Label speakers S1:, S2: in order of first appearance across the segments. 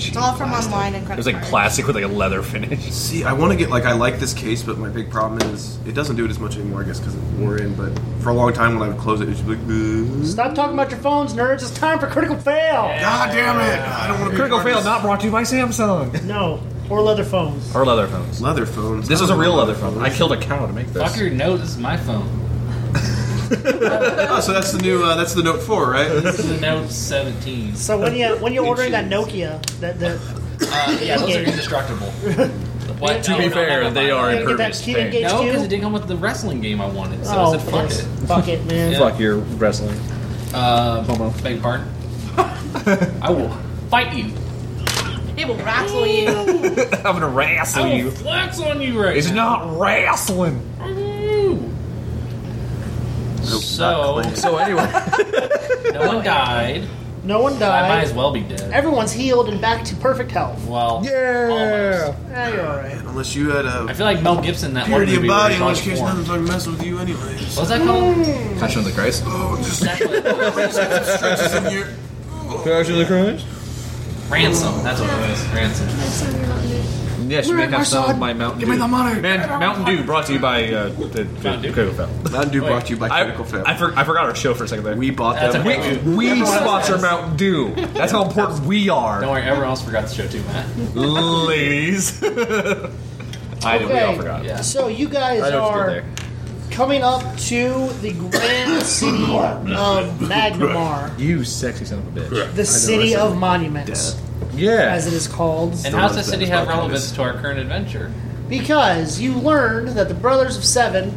S1: plastic.
S2: online and
S3: It
S2: credit
S3: was like
S2: cards.
S3: plastic with like a leather finish.
S1: See, I want to get like I like this case, but my big problem is it doesn't do it as much anymore. I guess because we're in. But for a long time, when I would close it, it's like, "Bleh."
S4: Stop talking about your phones, nerds. It's time for critical fail.
S1: God damn it! I don't want to be
S3: Critical
S1: part of
S3: fail,
S1: this.
S3: not brought to you by Samsung
S4: No, or leather phones.
S3: or leather phones.
S1: leather phones.
S3: This
S1: I
S3: is a
S1: don't
S3: real
S1: know.
S3: leather phone. I killed a cow to make
S5: Fuck
S3: this.
S5: your note. This is my phone.
S1: Oh, so that's the new. Uh, that's the Note Four, right?
S5: This is a note 17.
S4: So when you when you're ordering that Nokia, that the
S5: Uh, yeah, those are indestructible. What? Oh,
S3: To be
S5: No, no, no,
S3: fair,
S5: no,
S3: they
S5: no.
S3: are
S4: You gotta get that
S3: impervious.
S4: key to
S3: pain.
S4: get-
S5: No,
S4: HQ?
S5: because it didn't come with the wrestling game I wanted, so
S4: oh
S5: I said fuck
S4: yes.
S5: it.
S4: fuck it, man.
S5: Yeah.
S3: Fuck your wrestling.
S5: Uh,
S3: Homo.
S5: beg your pardon? I will fight you.
S2: It will rattle you.
S3: I'm gonna wrestle
S5: I will
S3: you.
S5: flex on you right
S3: Oh. It's
S5: now.
S3: not wrestling.
S5: Ooh. So,
S1: not
S3: So anyway,
S5: no one died.
S4: No one
S5: I might
S4: died.
S5: as well be dead.
S4: Everyone's healed and back to perfect health.
S5: Well,
S3: yeah.
S5: almost.
S4: Yeah, you're all right.
S1: Unless you had
S5: I
S1: a
S5: feel like Mel Gibson that one
S1: purity
S5: movie
S1: of
S5: where
S1: body,
S5: he's
S1: in
S5: on
S1: which case
S5: porn.
S1: nothing's gonna mess with you, anyways.
S5: What was that called?
S3: Passion of the Christ.
S1: Oh, just
S5: Exactly.
S1: stretches in your.
S3: Passion of the Christ.
S5: Ransom. That's what it was. Ransom.
S3: Yes, you may have some of my Mountain Dew.
S1: Give me the money.
S3: Man, Mountain Dew brought to you by uh, the, the
S5: Mountain Dew?
S3: Critical Fail.
S1: Mountain Dew
S5: Wait,
S1: brought to you by
S3: I,
S1: Critical Fail.
S3: I, for, I forgot our show for a second there.
S1: we bought
S5: That's
S1: them.
S5: a big-
S1: We-
S3: we
S5: Everyone else
S3: sponsor
S5: has.
S3: Mountain Dew. That's how important we
S5: Don't
S3: are,
S5: worry, everyone else forgot the show too, Matt.
S3: ladies. I we all
S4: Okay.
S3: forgot.
S5: Yeah.
S4: So you guys
S3: I know what you
S4: are
S3: did
S4: coming up to the grand city of Magnamar,
S3: there. You sexy son of a bitch.
S4: the city of monuments,
S3: Yeah.
S4: as it is called.
S5: And how does
S1: Don't
S5: the city
S1: offend
S5: have
S1: Bob
S5: relevance to our current adventure?
S4: Because you learned that the Brothers of Seven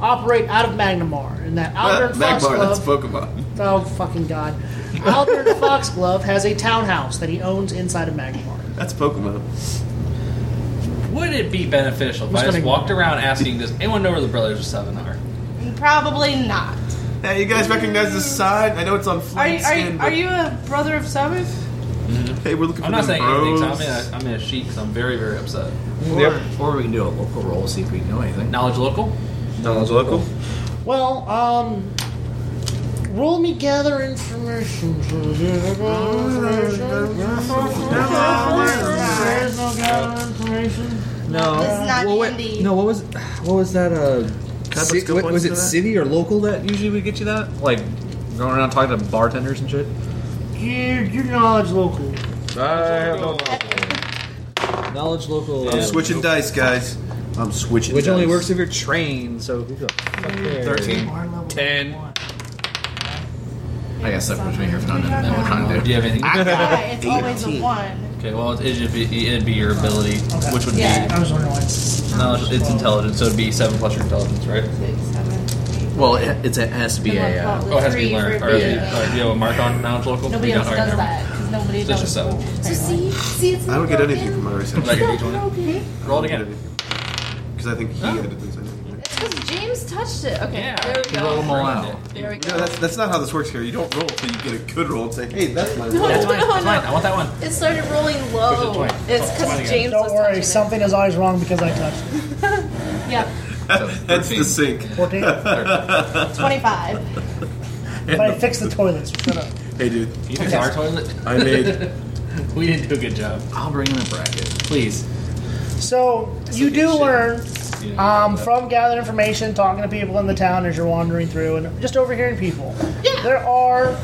S4: operate out of Magnamar, and that Albert
S1: Magmar,
S4: Foxglove.
S1: that's Pokemon.
S4: Oh fucking god! Albert Foxglove has a townhouse that he owns inside of Magmar.
S1: That's Pokemon.
S5: Would it be beneficial if
S4: Who's
S5: I just
S4: gonna-
S5: walked around asking, does anyone know where the Brothers of Seven are?
S2: Probably not.
S1: Hey, you guys recognize this sign? I know it's on
S2: Are you,
S1: flint
S2: are,
S1: skin,
S2: you,
S1: but-
S2: are you a brother of seven?
S1: Hey, we're looking for
S5: I'm not
S1: them
S5: saying anything, so
S1: bros.
S5: I'm in a, I'm in a sheet because I'm very, very upset.
S3: Or we can do a local roll, see if we know anything.
S5: Knowledge local?
S3: Knowledge local.
S4: Well, um, roll me gather information. There's no gather information.
S2: This is not
S3: Well,
S2: D&D.
S3: wait, no, what was what was that? Uh,
S1: I put
S3: ci-
S1: skill
S3: what-
S1: points
S3: was
S1: to
S3: it
S1: that?
S3: city or local that usually would get you that? Like going around talking to bartenders and shit.
S4: Your, your knowledge local.
S3: I have no knowledge local, uh,
S1: I'm switching dice, guys. I'm switching
S3: which
S1: dice.
S3: only works if you're trained. So who the fuck cares? Ten. I got stuck between here for not knowing what we're trying to
S5: Do you have anything?
S2: Yeah, it's always a one.
S5: Okay, well, it'd be, it'd be your ability, which would
S2: Yeah.
S5: be
S4: I was wondering why. It's,
S5: knowledge. It's intelligence, so it'd be seven plus your intelligence, right?
S2: Six, seven, eight.
S3: Well, it, it's an SBA.
S2: Well,
S5: Oh, it has to be
S2: three
S5: learned.
S2: for
S5: Or has to be-
S2: being-
S5: all right, do you have a mark on knowledge local?
S2: Nobody
S5: You don't-
S2: else
S5: all right,
S2: does
S5: never mind.
S2: that because nobody
S5: That's
S2: knows.
S5: just seven.
S2: So see, see, it's
S1: I don't get anything from my research.
S5: Is that your D20?
S2: Hmm?
S5: Roll it again.
S1: Because I think he added this. I think.
S2: It's because James touched it. Okay,
S5: Yeah.
S2: there we go.
S3: Roll 'em all out.
S2: There we go.
S1: No, that's, that's not how this works here. You don't roll till you get a good roll and say, hey, that's my roll.
S2: No,
S5: That's
S2: no,
S5: mine. That's mine.
S2: no.
S5: I want that one.
S2: It started rolling low.
S5: Push it twenty.
S2: It's because
S5: Twenty again.
S2: James was
S4: don't worry,
S2: touching
S4: something is always wrong because I touched it.
S2: it. Yep,
S1: That's the sink.
S4: 14. but
S2: 25.
S4: I fixed the toilets. Shut up.
S1: Hey, dude.
S5: You fix our toilet?
S1: I made.
S5: We didn't do a good job.
S3: I'll bring in a bracket.
S5: Please.
S4: So, you
S5: like good
S4: do
S5: shit.
S4: learn
S5: You know,
S4: Um,
S5: but-
S4: from gathering information, talking to people in the town as you're wandering through, and just overhearing people.
S2: Yeah.
S4: There are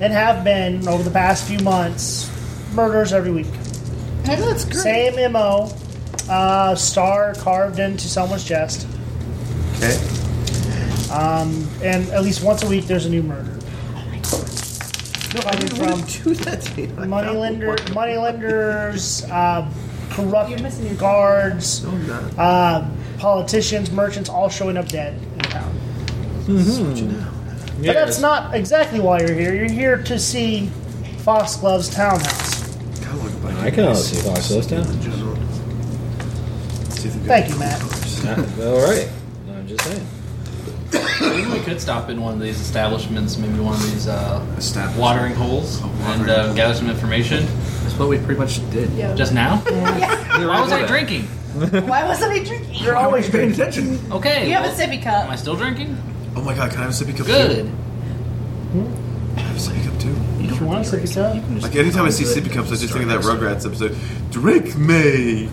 S4: and have been over the past few months murders every week.
S2: I know it's great.
S4: Same mo, uh, star carved into someone's chest, Um,
S1: Okay.
S4: and at least once a week there's a new murder.
S1: Oh
S4: Coming from
S1: Do that to you.
S4: moneylender, moneylenders, uh,
S2: You're missing your-
S4: corrupt guards,
S3: Oh,
S1: No, I'm not.
S4: uh, politicians, merchants, all showing up dead in town. But that's not exactly why you're here. You're here to see Foxglove's townhouse.
S1: God, look like
S6: I can only see Fox Hills Town.
S1: See if you
S4: Thank you, Matt.
S6: All right. I'm just saying.
S5: Maybe we could stop in one of these establishments, maybe one of these uh,
S1: Establishment.
S5: watering holes, and uh, gather some information.
S3: That's what we pretty much did.
S2: Yeah.
S5: Just now?
S2: Yeah.
S5: Why was I drinking?
S2: Why wasn't I drinking?
S4: You're
S7: Oh,
S4: always
S3: Paying
S4: good.
S3: attention.
S5: Okay.
S2: You have a
S5: well,
S2: sippy
S5: Am I
S2: cup.
S5: still drinking?
S1: Oh my god, can I have a sippy cup
S5: Good.
S1: too? Can I have a sippy cup too?
S3: You
S4: If you want a sippy cup.
S1: Like anytime I see sippy cups, I just think of that Rugrats episode. Drink me.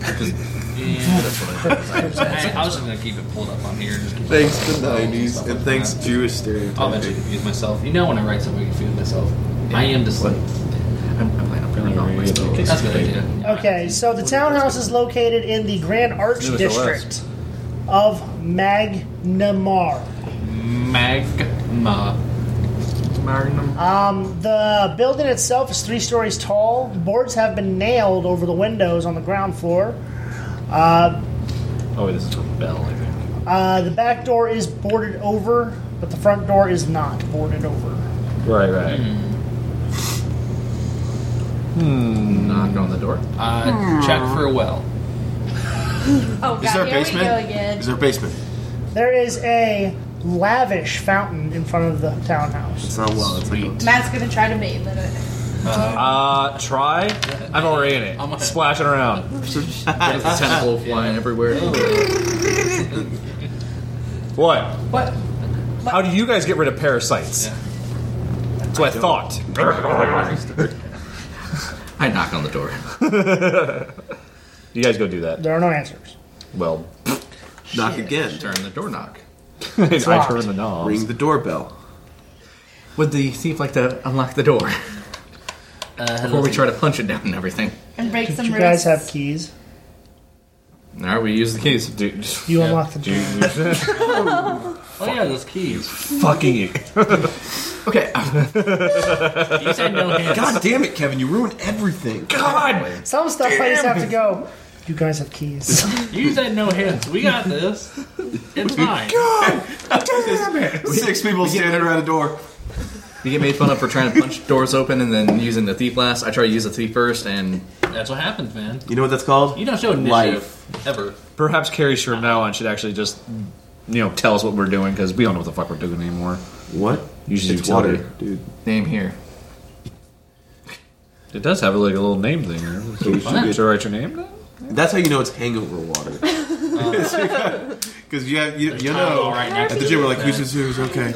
S5: I, I was just gonna keep it pulled up on here. and Just keep
S1: Thanks to '90s and thanks Jewish
S5: I'll eventually
S1: stereotyping.
S5: confuse myself. You know when I write something, I confuse myself. I am dyslexic.
S3: I'm, I'm, I'm gonna not waste the
S8: Okay.
S5: That's a good idea.
S4: Okay, so the townhouse is located in the Grand Arch
S3: New as the
S4: District
S3: West.
S4: of Magnamar.
S5: Magma.
S3: Magnum.
S4: Um, the building itself is three stories tall. Boards have been nailed over the windows on the ground floor. Uh,
S3: Oh, wait, this is for Bell, I think.
S4: uh, the back door is boarded over, but the front door is not boarded over.
S3: Right, right. Hmm. Knock on the door.
S5: Uh, check for a well.
S2: Oh, God,
S1: Is there a
S2: here we go
S1: basement?
S2: again.
S1: Is there a basement?
S4: There is a lavish fountain in front of the townhouse.
S1: It's not well. It's like a,
S2: Matt's gonna try to bathe in it.
S3: Uh, try. I'm already in it.
S5: I'm gonna-
S3: splashing around.
S5: There's a tentacle flying everywhere.
S3: What?
S2: What?
S3: How do you guys get rid of parasites?
S5: Yeah.
S3: That's what I, thought.
S5: I knock on the door.
S3: You guys go do that.
S4: There are no answers.
S3: Well,
S1: knock again.
S5: Turn the door knock.
S3: I
S4: locked.
S3: turn the knob.
S1: Ring the doorbell.
S7: Would the thief like to unlock the door
S5: Uh,
S7: before we try to punch it down and everything?
S2: And break some
S4: You
S2: roots.
S4: guys have keys.
S7: All right, we use the keys.
S3: Dude,
S4: You unlock the door.
S5: Oh yeah, those keys.
S3: fucking you.
S7: Okay.
S5: You said no hands.
S1: God damn it, Kevin! You ruined everything.
S3: God!
S4: Some stuff I just have to go. You guys have keys.
S5: You said no hands. We got this. It's fine.
S1: Six people standing around a door.
S7: You get made fun of for trying to punch doors open and then using the thief last. I try to use the thief first, and
S5: That's what happens, man.
S1: You know what that's called?
S5: You don't show initiative ever.
S3: Perhaps Carrie from now on should actually just, you know, tell us what we're doing because we don't know what the fuck we're doing anymore.
S1: What?
S3: Usually
S1: it's
S3: utility.
S1: water, dude.
S7: name here.
S3: It does have like a little name thing.
S1: So we should
S3: Should I write your name? down?
S1: That's how you know it's hangover water. Because you, have- you, you know,
S5: Oh, All right, next.
S1: at the gym, we're like, who's who's who's okay.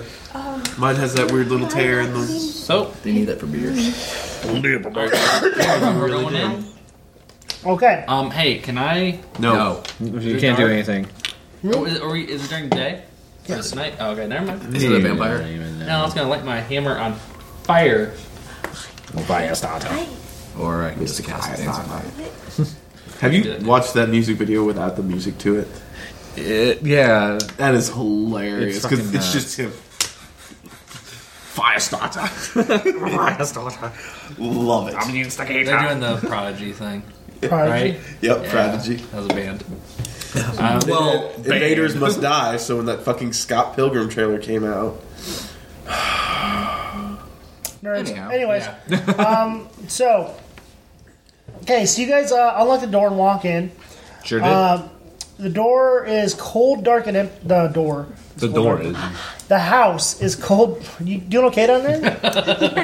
S1: Mine has that weird little tear in the.
S5: So
S7: They need that for beers.
S5: we're going in.
S4: Okay.
S5: Um, hey, can I?
S1: No.
S3: You can't do anything.
S5: Oh, is, are we, is it during the day? Yes. Is it night? Oh, okay, never mind.
S7: Is it a vampire?
S5: Now I was gonna light my hammer on fire.
S7: Or I can just cast things.
S1: Have you watched that music video without the music to it?
S3: It, yeah.
S1: That is hilarious.
S3: It's
S1: Because
S3: fucking,
S1: it's,
S3: uh,
S1: just him. Firestarter. Firestarter. Love it.
S5: They're doing
S7: Ah.
S5: the prodigy thing,
S4: Prodigy.
S5: right?
S1: yep,
S5: Yeah.
S1: Prodigy.
S5: That was a band. Uh,
S1: Well, Invaders Must Die. So when that fucking Scott Pilgrim trailer came out,
S4: Nerds.
S7: Anyhow,
S4: Anyways, um, so okay, so you guys uh, unlock the door and walk in.
S3: Sure did.
S4: The door is cold, dark, and em- the door.
S3: the door is.
S4: The house is cold. You doing okay down there?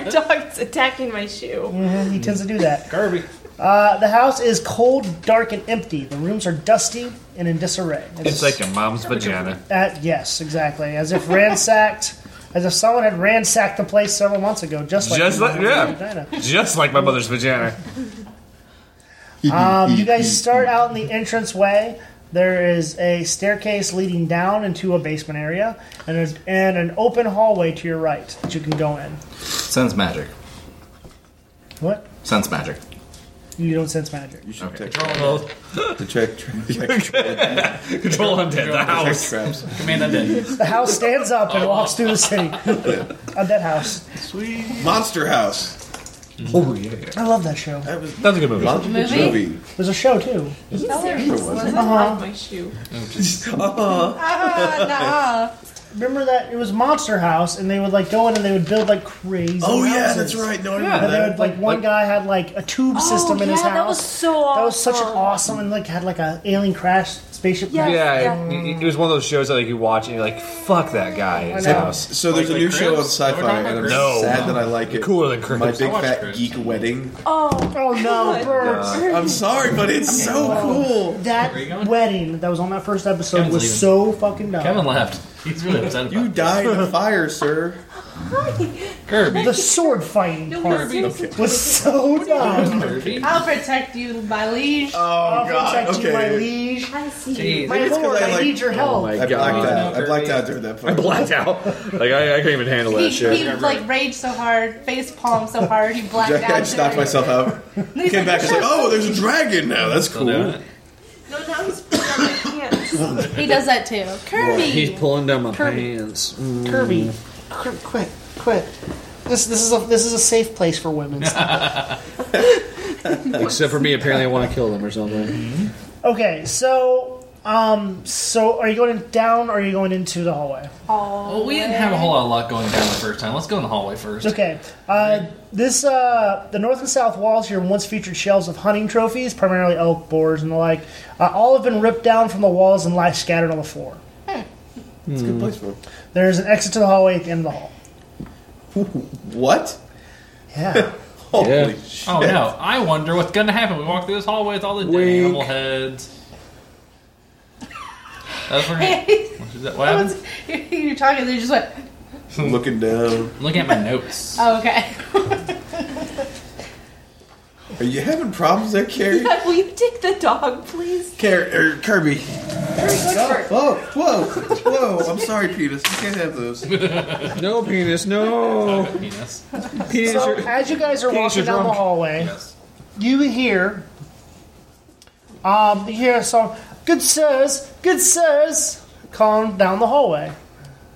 S9: Your dog's attacking my shoe.
S4: Mhm, he tends to do that.
S5: Kirby.
S4: Uh, the house is cold, dark, and empty. The rooms are dusty and in disarray.
S3: It's like your mom's vagina.
S4: that. Yes, exactly. As if ransacked. As if someone had ransacked the place several months ago, just like
S3: Just
S4: your
S3: like-
S4: mom's
S3: yeah.
S4: vagina.
S3: Just like my mother's vagina.
S4: Um, you guys start out in the entrance way. There is a staircase leading down into a basement area, and there's and an open hallway to your right that you can go in.
S7: Sounds magic.
S4: What?
S7: Sounds magic.
S4: You don't sense magic.
S1: you should
S7: Okay.
S1: check to check, check,
S3: Control him dead. The
S1: check
S3: house.
S1: traps.
S5: Command undead.
S4: The house stands up
S3: Oh.
S4: and walks through the city. A dead house.
S1: Monster House.
S3: Oh yeah.
S4: I love that show.
S3: That's a good movie.
S1: Monster
S2: Movie?
S1: movie.
S4: There's a show too.
S9: Off
S5: Uh-huh.
S9: my shoe.
S1: Uh-huh.
S2: Ah,
S4: Remember that it was Monster House, and they would like go in and they would build like crazy.
S1: Oh yeah, that's
S4: houses.
S1: right. No, I
S4: And
S1: remember
S4: they
S1: that.
S4: would like one guy had like a tube system
S9: oh,
S4: in
S9: yeah,
S4: his house.
S9: that was so awesome.
S4: That was such an awesome and like had like a alien crash spaceship.
S9: Yeah.
S4: crash.
S3: Yeah, It, it was one of those shows that like you watch and you're like, "Fuck that guy in his
S4: I know.
S3: house."
S1: So there's a
S5: Like
S1: new
S5: Cribs?
S1: show on
S5: We're not
S1: Sci-Fi, and I'm
S5: Cribs.
S3: No.
S1: sad that I like it.
S3: Cooler than
S1: My
S3: Cribs.
S1: big
S5: I watch
S1: fat
S5: Cribs.
S1: geek wedding.
S9: Oh,
S4: Oh no,
S9: Good.
S4: Bert.
S1: I'm sorry, but it's so cool.
S4: That
S5: Where are you going?
S4: wedding that was on that first episode
S5: Kevin's
S4: was
S5: leaving.
S4: so fucking dumb.
S5: Kevin left. He's really upset about
S1: You
S5: this.
S1: died in a fire, sir.
S4: The sword fighting
S10: No,
S4: part
S10: we okay.
S4: was so dumb.
S5: Kirby?
S2: I'll protect you, my liege.
S4: I'll
S1: Oh
S4: protect you, my liege.
S10: I see.
S5: Jeez.
S4: My
S1: 'cause
S4: lord,
S1: I
S4: I
S1: like-
S4: need your
S5: Oh,
S4: help.
S3: my
S1: I blacked
S3: god.
S1: out. I blacked out during that part.
S3: Blacked out. Like I, I couldn't even handle
S2: he
S3: that shit.
S2: he like raged so hard, face palm so hard, he blacked out.
S1: I just knocked
S2: during it.
S1: myself out.
S2: And he's
S1: Came
S2: like,
S1: back and was like, oh, there's a dragon now. That's
S5: Still
S1: cool.
S5: doing it.
S10: No, now he's putting on my pants.
S2: He does that too. Kirby.
S3: pulling down my
S4: Kirby.
S3: pants.
S4: Kirby,
S5: Mm.
S4: Kirby, quit, quit. This this is a this is a safe place for women.
S3: Except for me, apparently I want to kill them or something.
S4: okay, so um, so are you going down or are you going into the hallway?
S2: oh,
S5: Well, we didn't have a whole lot of luck going down the first time. Let's go in the hallway first.
S4: Okay, uh, this uh, the north and south walls here once featured shelves of hunting trophies, primarily elk, boars, and the like. Uh, all have been ripped down from the walls and lie scattered on the floor.
S1: It's a good place for him.
S4: There is an exit to the hallway at the end of the hall.
S1: What?
S4: Yeah.
S1: Holy
S3: Yeah.
S1: shit.
S5: Oh no! I wonder what's going to happen. We walk through this hallway with all the dead
S3: Wink.
S5: animal heads. That's what, what is that? What happened?
S2: You're talking, they just went,
S1: I'm looking down.
S5: I'm looking at my notes.
S2: oh, okay.
S1: Are you having problems there, Carrie?
S10: Will you take the dog, please?
S1: Car- er, Kirby.
S10: Kirby,
S1: Whoa, whoa, whoa. I'm sorry, Penis. You can't have those.
S3: No penis,
S2: Oh.
S3: no
S5: Penis.
S3: penis.
S4: So
S3: you're-
S4: as you guys are walking down the
S3: drunk.
S4: hallway,
S5: Yes.
S4: you hear, um, you hear a song, "Good sirs, good sirs," calling down the hallway.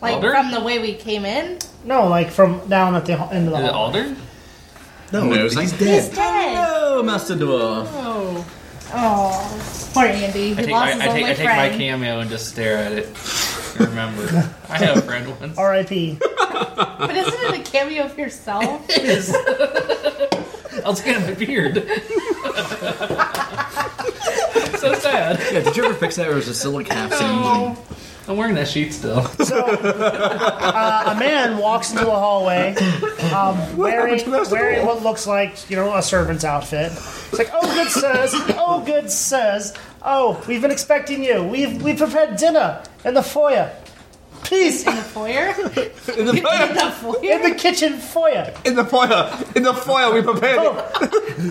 S2: Like
S5: Alder?
S2: from the way we came in?
S4: No, like from down at the ho- end of the
S5: Is it
S4: hall.
S5: Alder?
S7: No, he's
S2: He's dead.
S7: Oh, Master Dwarf.
S2: Oh, poor Andy. He
S5: I take,
S2: lost
S5: I,
S2: his
S5: I take,
S2: only
S5: I take my
S2: friend.
S5: cameo and just stare at it. I Remember, I had a friend once.
S4: R.I.P.
S2: but isn't it a cameo of yourself?
S5: I'll scan my beard. so sad.
S7: Yeah, did you ever fix that, or was it still like half singed?
S5: I'm wearing that sheet still.
S4: Uh, a man walks into a hallway um, wearing, wearing what looks like you know a servant's outfit. It's like, oh good sirs, oh good sirs, oh we've been expecting you. We've we prepared dinner in the foyer. Please,
S2: In the foyer? In the foyer? In the foyer?
S4: in the kitchen foyer.
S3: in the foyer, in the foyer, we prepared. it.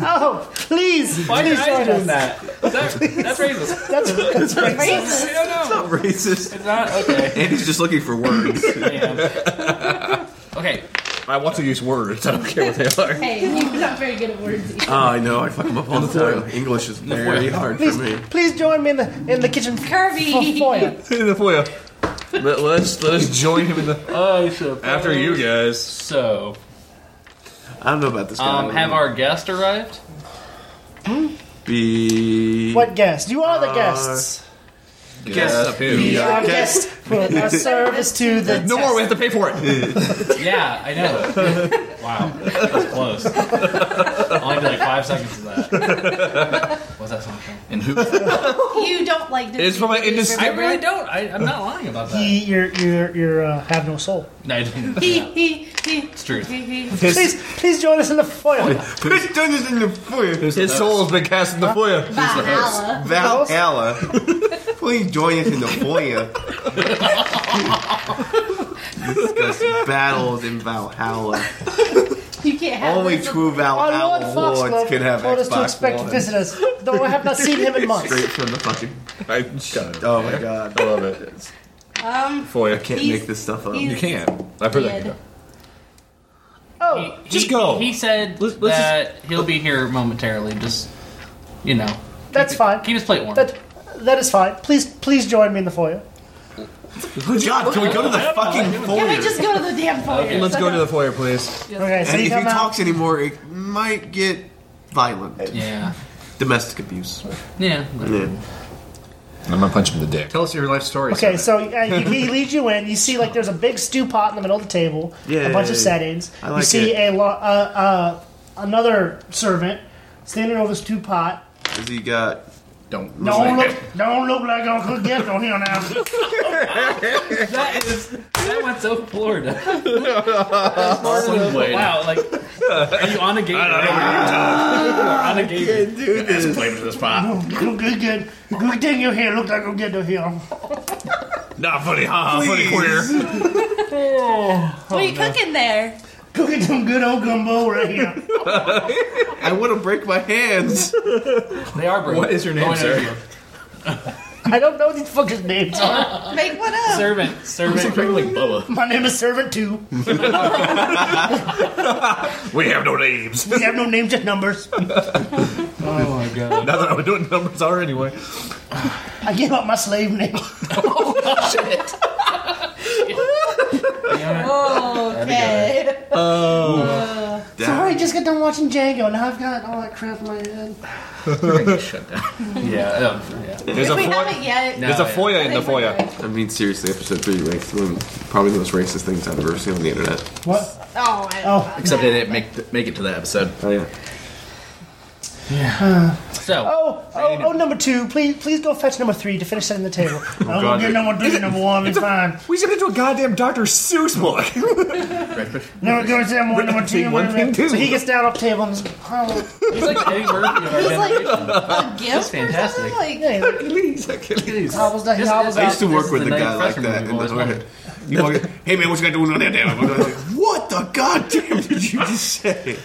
S4: Oh, please,
S5: Why did
S4: please
S5: I
S4: join
S5: do
S4: us.
S5: that? Is that that's racist.
S4: That's, that's
S2: Racist.
S5: I don't know.
S1: Racist.
S5: It's not okay.
S1: Andy's just looking for words.
S5: I am. Okay.
S3: I want to use words. I don't care what they are.
S2: Hey, you're not very good at words. either.
S1: oh, I know. I fuck him up all the time. English is very hard for
S4: please,
S1: me.
S4: please join me in the in the kitchen f-
S2: Kirby.
S4: foyer.
S3: in the foyer. Let, us let us join him in the
S5: Oh, so
S3: after you guys.
S5: So,
S1: I don't know about this guy.
S5: um, have our guest arrived?
S1: be
S4: What guest? You are the guests.
S3: Guess up who?
S1: Uh, Yeah.
S4: Our guest put a service to the
S3: No more. We have to pay for it.
S5: Yeah, I know. wow, that was close. I only did like five seconds of that. What's that song from?
S7: And who?
S2: You don't like Disney.
S3: It's from an industry-
S5: I
S2: remember?
S5: really don't. I, I'm not lying about that.
S4: He, you're, you're, you're, uh, have no soul.
S5: No, I didn't.
S2: He,
S5: Yeah.
S2: he, he. It's
S5: true.
S2: He, he.
S4: Please, please join us in the foyer.
S1: Who's doing this in the foyer?
S3: His soul has been cast in the foyer.
S2: Valhalla.
S1: Valhalla. Please join us in the foyer. Discuss battles in Valhalla.
S2: You can't have
S1: Only
S2: this.
S1: true
S4: Our Lord
S1: Valhalla
S4: Foxglove
S1: lords can have
S4: told us to
S1: Xbox
S4: expect
S1: One.
S4: visitors, though I have not seen him in months.
S1: Straight from the fucking.
S3: I God,
S1: Oh my god.
S3: I love it.
S2: Um,
S3: Foyer.
S1: I can't
S2: He's-
S1: make this stuff up.
S2: he's-
S3: You can't. I've heard that.
S2: Dead.
S4: Oh,
S5: He-
S3: Just
S5: he-
S3: go.
S5: He said
S3: Let's- let's
S5: that he'll be here momentarily. Just you know,
S4: that's fine.
S5: keep his plate warm.
S4: That, that is fine. Please, please join me in the foyer.
S1: God, can we go to the fucking
S2: Can we
S1: foyer?
S2: just go to the damn foyer?
S3: Let's go to the foyer, please.
S4: Okay,
S1: And
S4: so you
S1: if he
S4: come out.
S1: talks anymore, it might get violent.
S5: yeah,
S1: Domestic abuse.
S5: yeah.
S3: I'm gonna punch him in the dick.
S7: Tell us your life story.
S4: Okay,
S7: Simon.
S4: so uh, he, he leads you in. You see, like, there's a big stew pot in the middle of the table. a bunch
S1: Yay.
S4: of settings.
S1: I
S4: you
S1: like
S4: see
S1: it.
S4: a lo- uh, uh, another servant standing over the stew pot.
S1: Has he got
S7: don't.
S4: Don't look, don't look like Uncle Gecko here now.
S5: That is that went so Florida.
S7: Wait.
S5: Wow, like are you on a game? on a game.
S1: do this?
S7: Blame it to this pot.
S4: good, good, good. Good thing you're here. Look like Uncle Gecko here.
S3: Not funny, haha, funny queer.
S2: what are you cooking there?
S4: Cooking some good old gumbo right here.
S1: I want to break my hands.
S5: They are broken.
S11: What is your name,
S5: Oh, I know
S11: sir?
S5: you.
S4: I don't know what these fuckers' names are.
S2: Make one up.
S5: Servant, servant.
S11: Like Bubba.
S4: My name is Servant Two.
S3: We have no names.
S4: We have no names, just numbers.
S5: Oh my god.
S3: Not that I was doing numbers are anyway.
S4: I gave up my slave name.
S2: Oh, Okay.
S4: Sorry, just got done watching Django. Now I've got all that crap in my head.
S11: Shut down.
S5: Yeah. um, yeah.
S3: There's a,
S2: We
S3: foyer.
S2: haven't yet.
S3: There's a foyer in the foyer.
S1: I mean, seriously, episode three ranks one probably the most racist things I've ever seen on the internet.
S4: What?
S2: Oh, I
S4: Oh.
S11: Except they didn't make th- make it to that episode.
S1: Oh yeah.
S5: So,
S4: Oh, oh, oh, number two, please, please go fetch number three to finish setting the table. oh, we'll get number three, number one, it's fine.
S3: We should into a goddamn Dr. Seuss book.
S4: Number go to number one, number two,
S3: One
S4: number
S3: thing, too.
S4: So he gets down off the table and just, oh,
S5: he's like Eddie Murphy of our generation.
S2: a gift or something
S5: fantastic.
S2: like.
S4: yeah, he hobbles down, he hobbles
S1: I
S4: out.
S1: used to work
S5: is
S1: with
S5: the
S1: a guy
S5: ninth
S1: like
S5: freshman
S1: that.
S5: we've
S1: in the
S5: always wanted.
S1: hood. You walk in, hey man, what you got doing on that damn? I'm like, What the goddamn did you just say?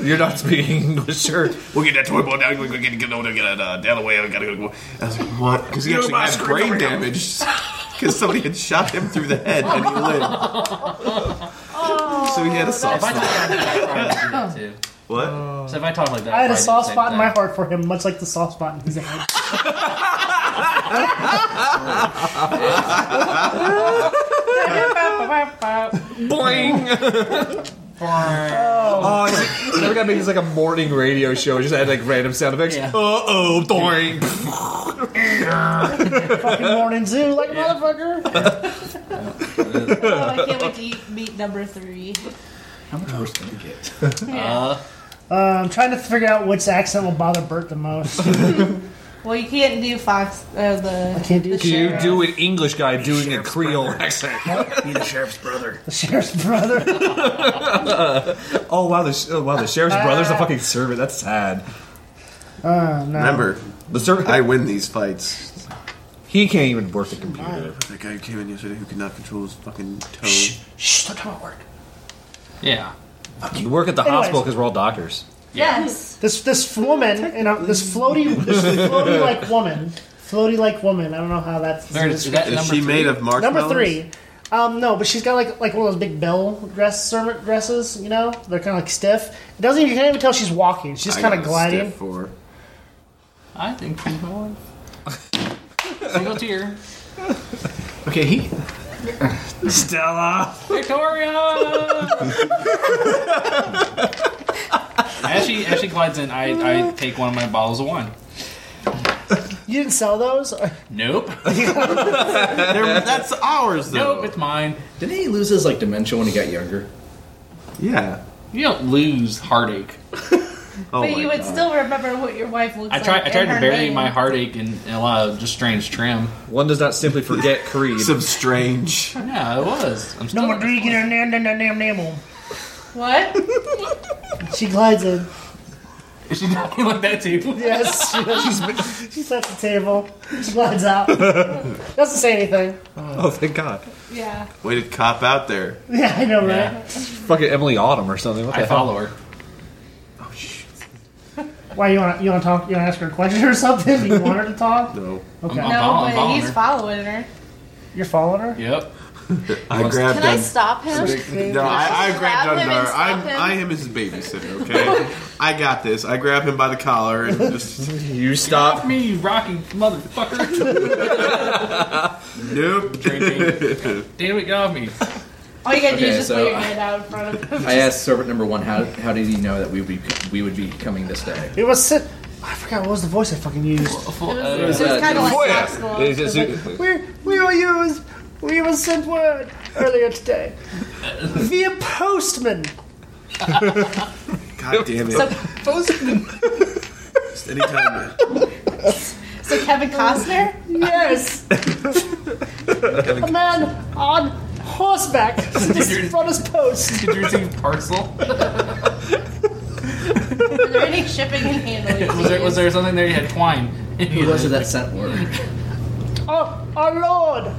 S3: You're not speaking English, sure.
S1: We'll get that toy ball down. We'll get get get over there, get it uh, down the way. I gotta go. I was like, what? Because he actually had brain damage because somebody had shot him through the head and he lived. so he had a soft
S5: if I
S1: spot.
S5: talk like that, I'd probably do that
S1: What?
S5: too. So if I talk like that,
S4: I had a
S5: I'd probably do the
S4: soft
S5: same
S4: spot in
S5: thing.
S4: my heart for him, much like the soft spot in his head.
S3: Boing! Oh, it's like, never gotta make this like a morning radio show. Just add like random sound effects.
S5: Yeah.
S3: Uh oh, boing!
S4: Fucking morning zoo, like motherfucker. Uh,
S2: Oh, I can't wait to eat meat number three. How much worse can it get? Yeah.
S5: Uh,
S4: Uh, I'm trying to figure out which accent will bother Bert the most.
S2: well, you can't do fox. Uh,
S4: I
S2: the
S4: can't do the
S3: Can you
S4: sheriff.
S3: do an English guy doing a Creole accent?
S4: The sheriff's brother.
S3: Oh wow, the sh- oh, wow, the sheriff's
S1: Ah.
S3: brother's a fucking servant. That's sad.
S4: Uh, no.
S1: Remember,
S3: The servant
S1: I win these fights.
S3: he can't even work the computer.
S1: That guy who came in yesterday who could not control his fucking toe.
S4: Shh, don't talk about work.
S5: yeah.
S3: You work at the
S4: Anyways.
S3: hospital because we're all doctors.
S2: yes.
S4: This this woman and uh, this floaty this floaty like woman, floaty like woman. I don't know how that's
S5: There it is. Is that
S1: Is
S5: number
S1: she
S5: three?
S1: made of marshmallows?
S4: number three. Um, no, but she's got like like one of those big bell dress servant dresses. You know, they're kind of like stiff. It doesn't. even- You can't even tell she's walking. She's
S1: I
S4: kind
S1: got
S4: of
S1: a
S4: gliding.
S1: stiff Four.
S5: I think she's my wife. Single tear.
S11: Okay, he.
S3: Stella.
S5: Victoria! as, she, as she glides in, I, I take one of my bottles of wine.
S4: You didn't sell those.
S5: Nope.
S1: They're- that's ours though.
S5: Nope, it's mine.
S11: Didn't he lose his like dementia when he got younger?
S1: Yeah.
S5: You don't lose heartache.
S2: but
S1: Oh my
S2: you would
S1: God.
S2: still remember what your wife looks
S5: I tried.
S2: like.
S5: I tried
S2: and
S5: to
S2: her
S5: bury
S2: name.
S5: my heartache in, in a lot of just strange trim.
S3: One does not simply forget Creed.
S1: some strange.
S5: Yeah, it was. I'm still
S4: Number three, get her nam nam nam nam nam.
S2: What?
S4: She glides in.
S5: Is she talking like that too?
S4: Yes, she does. she sets the table. She glides out. Doesn't say anything.
S3: oh, thank God.
S2: Yeah.
S1: Way to cop out there.
S4: Yeah, I know, right?
S5: Yeah,
S3: Fucking Emily Autumn or something. What the
S5: I
S3: hell?
S5: follow her.
S4: Why you want you want to talk? You want to ask her a question or something? You want her to talk?
S1: No. Uh-uh.
S4: Okay,
S5: I'm
S2: No,
S5: following-
S2: but
S5: following
S2: he's
S5: her.
S2: following her.
S4: you're following her.
S5: Yep.
S1: I grabbed
S12: Can I
S1: him.
S12: stop him?
S1: No, I,
S12: Grab
S1: I grabbed
S12: him and
S1: Dunbar.
S12: stop
S1: I'm,
S12: him.
S1: I am his babysitter, okay? I got this. I grab him by the collar and just,
S3: You stop.
S5: Fuck me, you rocky motherfucker.
S1: nope.
S5: Drinking. Damn it, get off me.
S2: All you gotta do
S11: Okay,
S2: is just
S11: so
S2: put your
S11: I-
S2: hand out in front of him.
S11: I asked servant number one, how how did he know that we would be we would be coming this day?
S4: It was sit. I forgot what was the voice I fucking used.
S2: It was,
S11: uh,
S2: kind of
S5: Oh,
S2: like
S3: Foyer.
S2: Fox Glow.
S3: It's just-
S4: We we will use we will sent word earlier today via postman.
S1: God damn it.
S2: So,
S1: Just Anytime.
S2: so Kevin Costner?
S4: Yes, a man on horseback just from his post.
S5: Did you receive parcel?
S2: Are there any shipping and handling?
S5: Was there, was there something there you had twine?
S11: Who was it that sent word?
S4: Oh, our lord,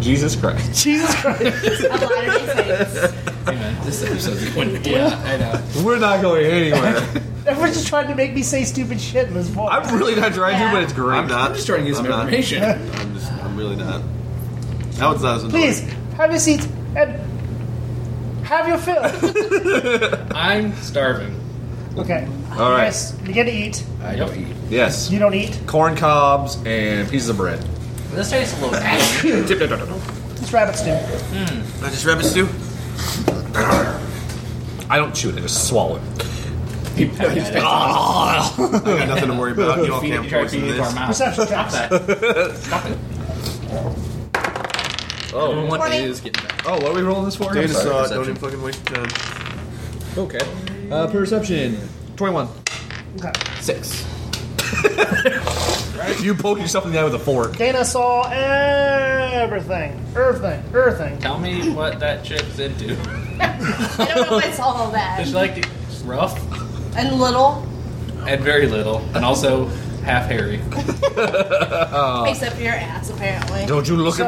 S13: Jesus Christ.
S4: Jesus Christ.
S2: A lot of these things.
S14: This episode's going to
S5: Yeah, I know.
S13: We're not going anywhere.
S4: Everyone's just trying to make me say stupid shit in this voice.
S14: I'm really not trying to, but it's great.
S13: I'm not.
S14: I'm just trying to get some
S13: I'm not.
S14: information.
S13: I'm just. I'm really not. That one's not as annoying.
S4: Please, have a seat and have your fill.
S5: I'm starving.
S4: okay.
S3: All right.
S4: Yes, begin to eat.
S14: I don't eat.
S3: Yes.
S4: You don't eat.
S3: Corn cobs and pieces of bread.
S5: This tastes a little bad.
S4: It's rabbit stew.
S13: I just rabbit stew.
S3: I don't chew it. I just swallow it.
S13: I got nothing to worry about. You all
S5: Feed it,
S13: can't
S5: try to feed
S13: poison
S5: it to our
S13: this.
S5: mouth.
S4: Perception
S5: Stop
S4: checks.
S5: that.
S14: Oh, what
S2: Twenty.
S14: is getting back?
S3: Oh, what are we rolling this for?
S13: Data
S3: I'm sorry.
S13: saw it.
S14: perception.
S13: Don't even fucking waste your time.
S14: Okay. Uh, perception.
S3: 21.
S4: Okay.
S14: Six.
S3: You poke yourself in the eye with a fork.
S4: Dana saw everything. Everything. Everything.
S5: Tell me what that chip's into.
S2: I don't know if I saw all that.
S5: It's like rough
S2: And little,
S5: and very little, and also half hairy. Oh.
S2: except for your ass, apparently.
S3: Don't you look
S4: So-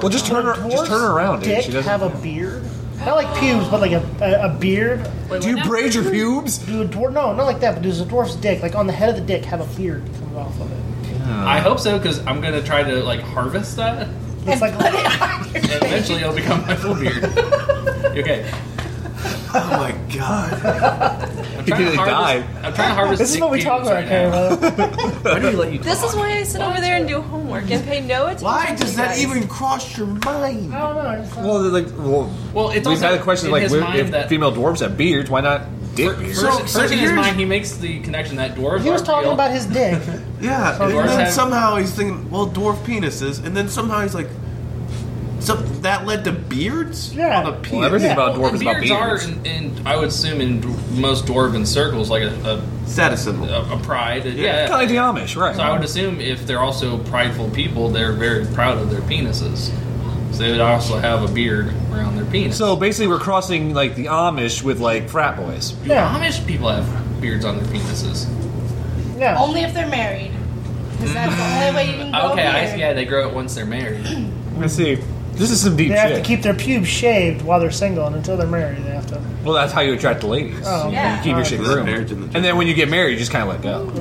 S3: Well, just turn her. Just turn her around. Dude.
S4: Dick
S3: She doesn't.
S4: have a beard? Not like pubes, but like a, a, a beard.
S3: Do you braid your pubes?
S4: Do a dwarf? No, not like that. But does a dwarf's dick, like on the head of the dick, have a beard coming off of it?
S5: I hope so, because I'm gonna try to like harvest that, and
S4: It's like
S5: eventually it'll become my full beard. You okay.
S13: Oh my god.
S5: I'm
S3: You're
S5: trying
S3: gonna
S5: to harvest. I'm trying to harvest.
S4: this is
S5: dick
S4: what we talk
S5: pubes
S4: about,
S5: right now.
S4: okay, brother.
S14: Why do you let you?
S9: This is why I sit over there and do homework and pay no attention.
S13: Why
S9: to
S13: does
S9: you
S13: that
S9: guys.
S13: even cross your mind?
S4: I don't know. I just thought-
S3: Well, they're like, well,
S5: Well, it's
S3: we've
S5: also
S3: had a question
S5: in
S3: like,
S5: his
S3: we-
S5: mind
S3: if
S5: that-
S3: female dwarves have beards, why not dick beards?
S5: First,
S13: So-
S5: first
S13: so
S5: in his
S13: here's-
S5: mind, he makes the connection that dwarves.
S4: he was
S5: are
S4: talking
S5: real.
S4: about his dick.
S13: Yeah, and
S5: Dwarves
S13: then
S5: have-
S13: somehow he's thinking, well, dwarf penises, and then somehow he's like, so that led to beards
S4: Yeah.
S13: on a penis.
S3: Well, everything
S4: Yeah.
S3: about dwarves
S5: And
S3: is about
S5: beards are,
S3: beards.
S5: in, in, I would assume, in d- most dwarven circles, like a
S13: Status symbol.
S5: a, a, a pride. Yeah.
S3: Kind of like the Amish, right?
S5: So I would assume if they're also prideful people, they're very proud of their penises. So they would also have a beard around their penis.
S3: So basically, we're crossing like the Amish with like frat boys.
S5: Do
S4: Yeah.
S5: Amish people have beards on their penises.
S4: Yeah.
S2: Only if they're married. Because that's the only way you can go
S5: okay, I,
S2: weird.
S5: yeah, they grow it once they're married.
S3: Let's see. This is some deep
S4: They
S3: shit.
S4: have to keep their pubes shaved while they're single, and until they're married, they have to.
S3: well, that's how you attract the ladies.
S4: Oh, okay.
S2: Yeah.
S3: You keep your shit
S13: Is that
S3: groomed.
S13: marriage in the
S3: and then when you get married, you just kind of let go.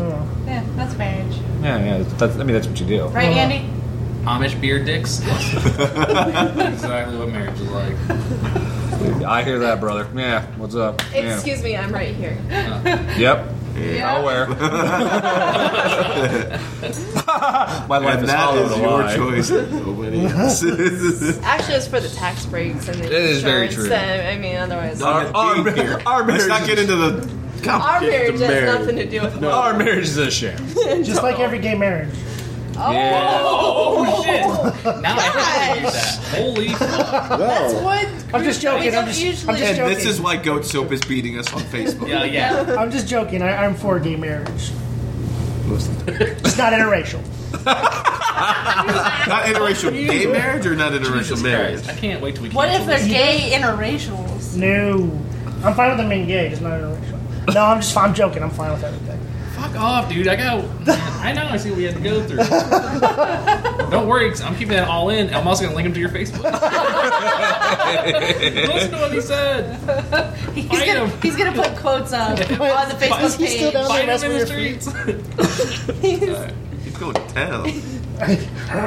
S2: Yeah, that's marriage.
S3: Yeah, yeah. That's, I mean, that's what you do.
S2: Right, Andy?
S5: Amish beard dicks. exactly what marriage is like.
S3: I hear that, brother. Yeah. What's up? Yeah.
S9: Excuse me, I'm right here.
S3: Yep.
S2: Yeah.
S3: I'll wear. My life
S13: And
S3: is
S13: that
S3: hollow
S13: is
S3: to
S13: your
S3: lie.
S13: choice. Nobody else's.
S9: Actually, it's for the tax breaks and the
S3: It is very
S9: insurance,
S3: true.
S9: so, I mean, otherwise,
S13: Our,
S3: our- our
S13: Let's not
S3: marriage
S13: get
S3: is-
S13: into the
S9: our marriage
S13: complicated
S9: has
S13: marriage.
S9: nothing to do with
S13: No.
S3: Our marriage is a sham.
S4: Just like every gay marriage.
S3: Yeah.
S5: Oh shit! Now I believe that. Holy fuck.
S2: That's what.
S4: Oh. I'm just joking.
S2: We don't
S4: I'm just,
S2: usually-
S4: I'm just
S13: And
S4: joking.
S13: this is why Goat Soap is beating us on Facebook.
S5: Yeah, yeah.
S4: I'm just joking. I, I'm for gay marriage.
S13: Most of the time.
S4: It's not interracial.
S13: Not interracial gay marriage or not interracial
S5: Jesus
S13: marriage?
S5: Christ. I can't wait till we.
S2: What if
S5: cancel
S2: they're
S5: this.
S2: gay interracials?
S4: No, I'm fine with them being gay. It's not interracial. No, I'm just I'm joking. I'm fine with everything.
S5: Fuck off, dude. I got. I know. I see what we had to go through. Don't worry, 'cause I'm keeping that all in. I'm also gonna link him to your Facebook. Listen to what he said.
S2: He's
S5: Fight
S2: gonna,
S5: him.
S2: he's gonna put quotes up on the
S4: Why is
S2: Facebook
S4: he still
S2: page.
S4: down there
S5: Find
S4: messing
S5: him in the
S4: with your feet?
S5: streets.
S13: He's going to town.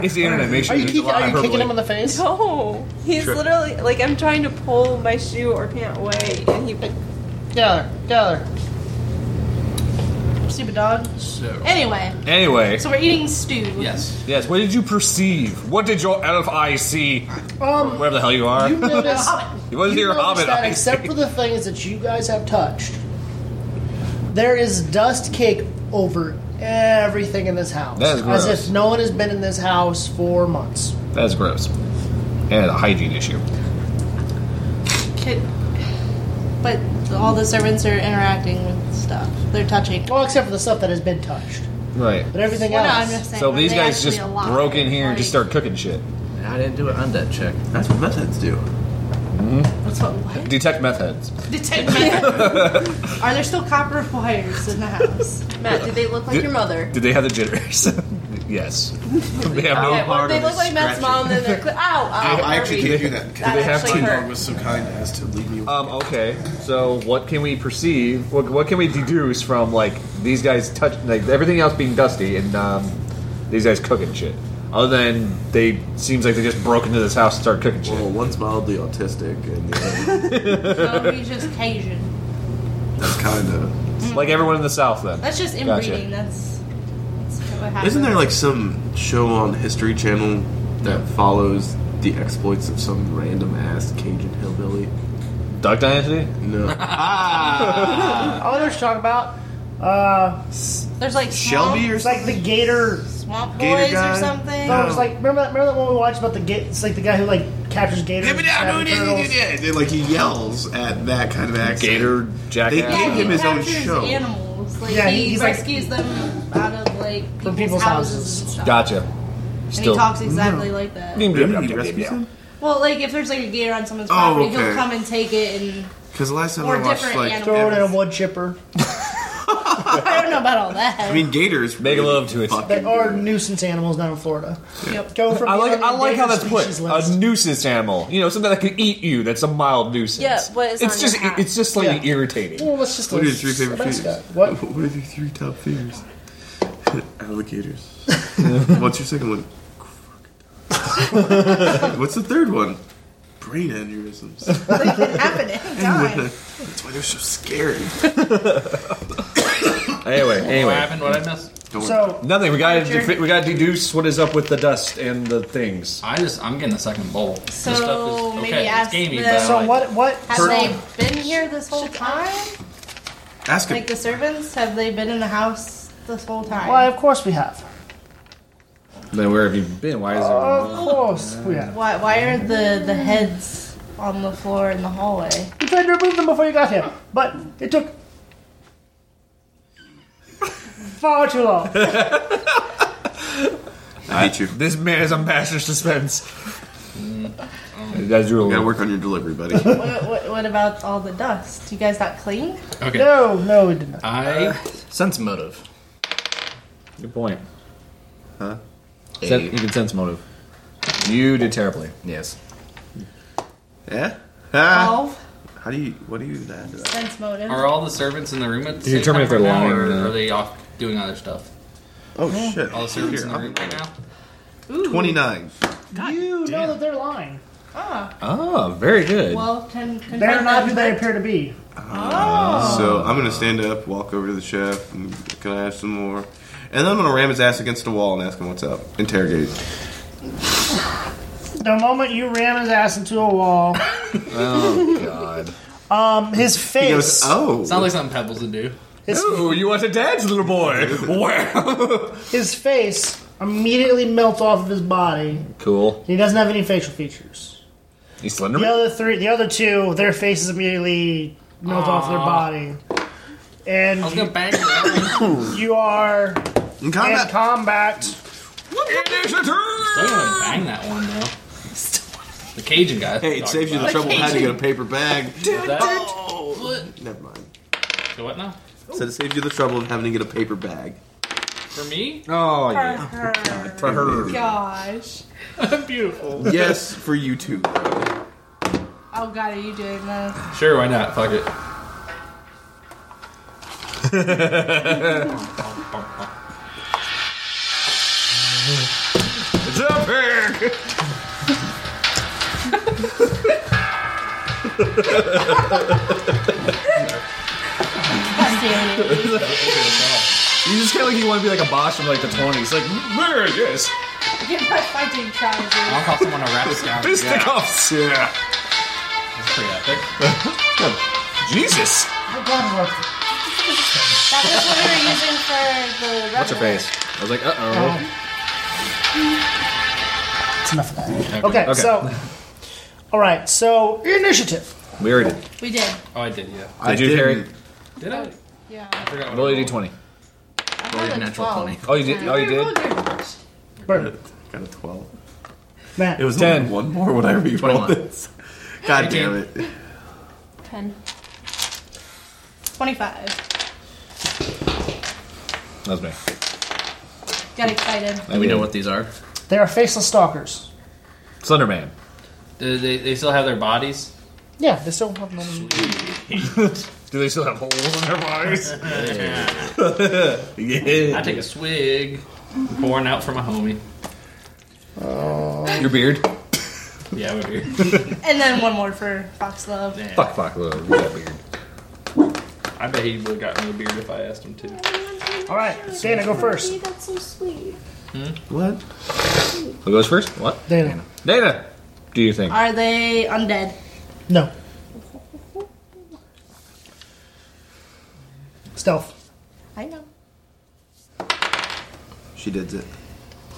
S3: It's the internet. Make sure
S4: Are you,
S3: there's
S4: keep,
S3: a lot of
S4: are you kicking
S3: hyperbole.
S4: him in the face?
S9: No, he's
S13: Trip.
S9: literally like I'm trying to pull my shoe or pant away, and he.
S4: Gather, gather.
S2: Stupid dog.
S5: So.
S2: Anyway,
S3: Anyway,
S2: so we're eating stew.
S5: Yes.
S3: yes. What did you perceive? What did your elf eye see?
S4: Um,
S3: Whatever the hell you are.
S4: you notice.
S3: You wasn't
S4: you
S3: your
S4: notice
S3: hobbit
S4: that
S3: eye.
S4: except for the things that you guys have touched, there is dust cake over everything in this house.
S3: That is gross.
S4: As if no one has been in this house for months.
S3: That's gross. And a hygiene issue.
S2: Kid- But all the servants are interacting with stuff. They're touching.
S4: Well, except for the stuff that has been touched,
S3: Right.
S4: but everything
S2: Well, no, I'm
S4: else.
S2: just saying,
S3: So
S2: are
S3: these
S2: they
S3: guys
S2: actually
S3: just
S2: alive?
S3: broke in here and just
S2: Like,
S3: started cooking shit.
S14: I didn't do an undead check.
S13: That's what methods do.
S2: What's what? what?
S3: Detect meth heads.
S2: Detective. are there still copper wires in the house?
S9: Matt, do they look like
S3: Did-
S9: your mother?
S3: Did they have the jitters? Yes. they have no
S9: Okay, well,
S3: part
S9: they
S3: of
S9: look
S3: it.
S9: like Matt's mom, and they're cl- ow, ow.
S13: I actually
S9: Harvey.
S13: can't do that because
S9: That
S3: they have
S9: actually
S3: to-
S13: Dog
S9: hurt.
S13: was so kind as to leave me.
S3: Um, okay, so what can we perceive? What, what can we deduce from like these guys touch like everything else being dusty and um, these guys cooking shit? Other than they seems like they just broke into this house and started cooking shit.
S1: Well, one's mildly autistic, and the other
S2: So he's just Cajun.
S1: that's kind of.
S3: Like everyone in the south, then.
S2: Mm-hmm. That's just
S3: Gotcha.
S2: inbreeding. That's, that's what happens.
S1: Isn't there like some show on History Channel that follows the exploits of some random ass Cajun hillbilly?
S3: Duck Dynasty.
S1: No,
S4: All there's talk about uh,
S2: There's like swamp,
S1: Shelby or
S4: it's like the gator.
S2: swamp
S1: Gator
S2: boys or
S1: guy?
S2: something.
S4: No, it's like remember that, remember that one we watched about the gate. It's like the guy who like captures gators.
S13: Give me
S4: and
S13: that,
S4: snapping
S13: dude, yeah,
S4: turtles.
S13: yeah, yeah. They- Like he yells at that kind of accent.
S3: Gator
S13: They
S3: Jackass.
S13: gave
S2: he
S13: him his own
S2: captures
S13: show.
S2: Animals. Like,
S4: Yeah,
S2: he
S4: he's like-
S2: rescues them out of like people's,
S4: From people's
S2: houses.
S4: houses. Mm-hmm.
S2: And stuff.
S3: Gotcha.
S2: And
S3: Still-
S2: he talks exactly like that.
S1: Didn't he rescue him?
S2: Well, like if there's like a gator on someone's
S1: Oh,
S2: property,
S1: okay.
S2: he'll come and take it, and
S1: because last time
S2: Or
S1: I watched
S2: different
S1: like
S2: animals.
S4: Throw it in a
S1: every-
S4: wood chipper.
S2: I don't know about all that.
S1: I mean gators
S3: Make
S1: really
S3: love to it.
S1: fucking
S4: That are
S1: good.
S4: nuisance animals down in Florida.
S2: Yep.
S4: Go from
S3: I
S4: the
S3: like I like how that's
S4: endangered
S3: put.
S4: species
S3: A
S4: list.
S3: nuisance animal. You know, something that could eat you. That's a mild nuisance.
S9: Yeah, but it's
S3: it's
S9: on your
S3: just
S9: hat.
S3: it's just slightly
S4: Yeah.
S3: irritating.
S4: Well, let's just
S1: What are your
S4: let's-
S1: three favorite
S4: let's
S1: fears?
S4: go. What?
S1: What are your three top fears? Alligators. What's your second one? Crocodiles. What's the third one? Brain aneurysms.
S2: Happening.
S1: That's why they're so scary.
S3: Anyway,
S5: What
S3: anyway,
S5: happened? What I missed?
S1: Don't worry.
S4: So
S3: nothing. We gotta defi- we gotta deduce what is up with the dust and the things.
S5: I just I'm getting the second bowl. This
S2: So,
S5: stuff is,
S2: maybe
S5: okay,
S2: ask
S5: it's gamey,
S2: the-
S5: but I
S4: so
S5: like
S4: what what
S2: Have
S4: so-
S2: they been here this whole time?
S1: Ask him.
S2: Like the servants, have they been in the house this whole time?
S4: Why? Of course we have.
S3: Then where have you been? Why is there?
S4: Of course we have.
S2: Why, why are the, the heads on the floor in the hallway?
S4: We tried to remove them before you got here, but it took far too long.
S1: I hate you. You
S3: This man is a master suspense. You guys do a
S1: gotta
S3: little.
S1: work on your delivery, buddy.
S2: What, what, what about all the dust? You guys not clean?
S5: it. Okay.
S4: No, no, it did not.
S5: I
S14: Sense motive.
S3: Good point. Sen-
S14: Eight.
S3: you can sense motive. You did terribly.
S14: Yes.
S1: yeah? Ah.
S2: Twelve.
S1: How do you. What do you add to that?
S2: Sense motive.
S5: are all the servants in the room at the
S3: you
S5: same
S3: determine
S5: time
S3: if they're
S5: right now,
S3: lying
S5: or
S3: or not?
S5: are they off doing other stuff?
S1: Oh, shit.
S5: All the servants in the
S1: Here,
S5: room right now.
S1: 29.
S4: you know that they're lying.
S2: Ah,
S3: Oh, very good.
S2: well, can, can
S4: They're not who they appear to be.
S1: So I'm gonna stand up, walk over to the chef, and can I have some more? And then I'm gonna ram his ass against the wall and ask him what's up. Interrogate.
S4: The moment you ram his ass into a wall,
S3: oh God.
S4: um, his
S1: He goes,
S4: face.
S1: Oh.
S5: Sounds like something Pebbles would do.
S4: His,
S3: Ooh, you want to dance, little boy? Wow.
S4: his face immediately melts off of his body.
S3: Cool.
S4: He doesn't have any facial features.
S3: You slender.
S4: The other three, the other two, their faces immediately melt off their body, and
S5: I was
S4: you,
S5: gonna bang her.
S4: you are
S1: In
S4: in
S1: combat.
S4: combat.
S5: I'm gonna bang that one though. The Cajun guy.
S1: hey, it saves you the
S5: Talked
S1: trouble of having to get a paper bag.
S5: about. That-
S1: Never mind.
S5: The What now?
S1: Said it saves you the trouble of having to get a paper bag.
S5: For me?
S3: Oh yeah.
S2: Her.
S3: For her.
S2: Gosh.
S5: Beautiful.
S1: yes, for you too.
S2: Oh god, are you doing this?
S5: Sure, why not? Fuck it.
S3: Jump here.
S2: God damn it.
S3: You just kind of like you want to be like a boss from like the twenties, like where yes,
S2: Get my fighting trousers.
S5: I'll call someone a rap scout. That's
S3: fist cuffs. Yeah.
S5: pretty epic.
S3: Jesus.
S2: That was what we were using for the rebel.
S3: What's her face? I was like, uh oh.
S4: It's enough of that. Okay, so, all right, so initiative.
S3: We already did.
S2: We did.
S5: Oh, I did, yeah.
S3: Did you carry?
S5: Did I?
S2: Yeah.
S5: I forgot what
S3: Roll
S5: I
S3: a d
S5: rolled.
S3: Oh, twenty.
S2: I rolled a
S14: natural
S2: 12.
S14: 20.
S3: Oh, you did. Oh, you did.
S4: Burn.
S1: Got a 12.
S4: Matt,
S1: It was
S3: Ten.
S1: only one more when I reroll
S14: 21.
S1: this. God damn it.
S9: Ten.
S2: 25.
S3: That was me.
S2: Got excited.
S14: Do we know what these are?
S4: They are faceless stalkers.
S3: Slenderman.
S5: Do they, they still have their bodies?
S4: Yeah, they still have them.
S3: Do they still have holes in their bodies?
S5: I take a swig. Born out from a homie.
S14: Your beard?
S5: Yeah, we're here.
S2: And then one more for Fox Love.
S5: Yeah.
S3: fuck, fuck, look, look at that beard.
S5: I bet he would have gotten me a beard if I asked him to.
S4: All right, Dana, go first.
S9: That's so sweet.
S13: What?
S3: Who goes first? What?
S4: Dana.
S3: Dana. Do you think?
S2: Are they undead?
S4: No. Stealth.
S2: I know.
S1: She did it.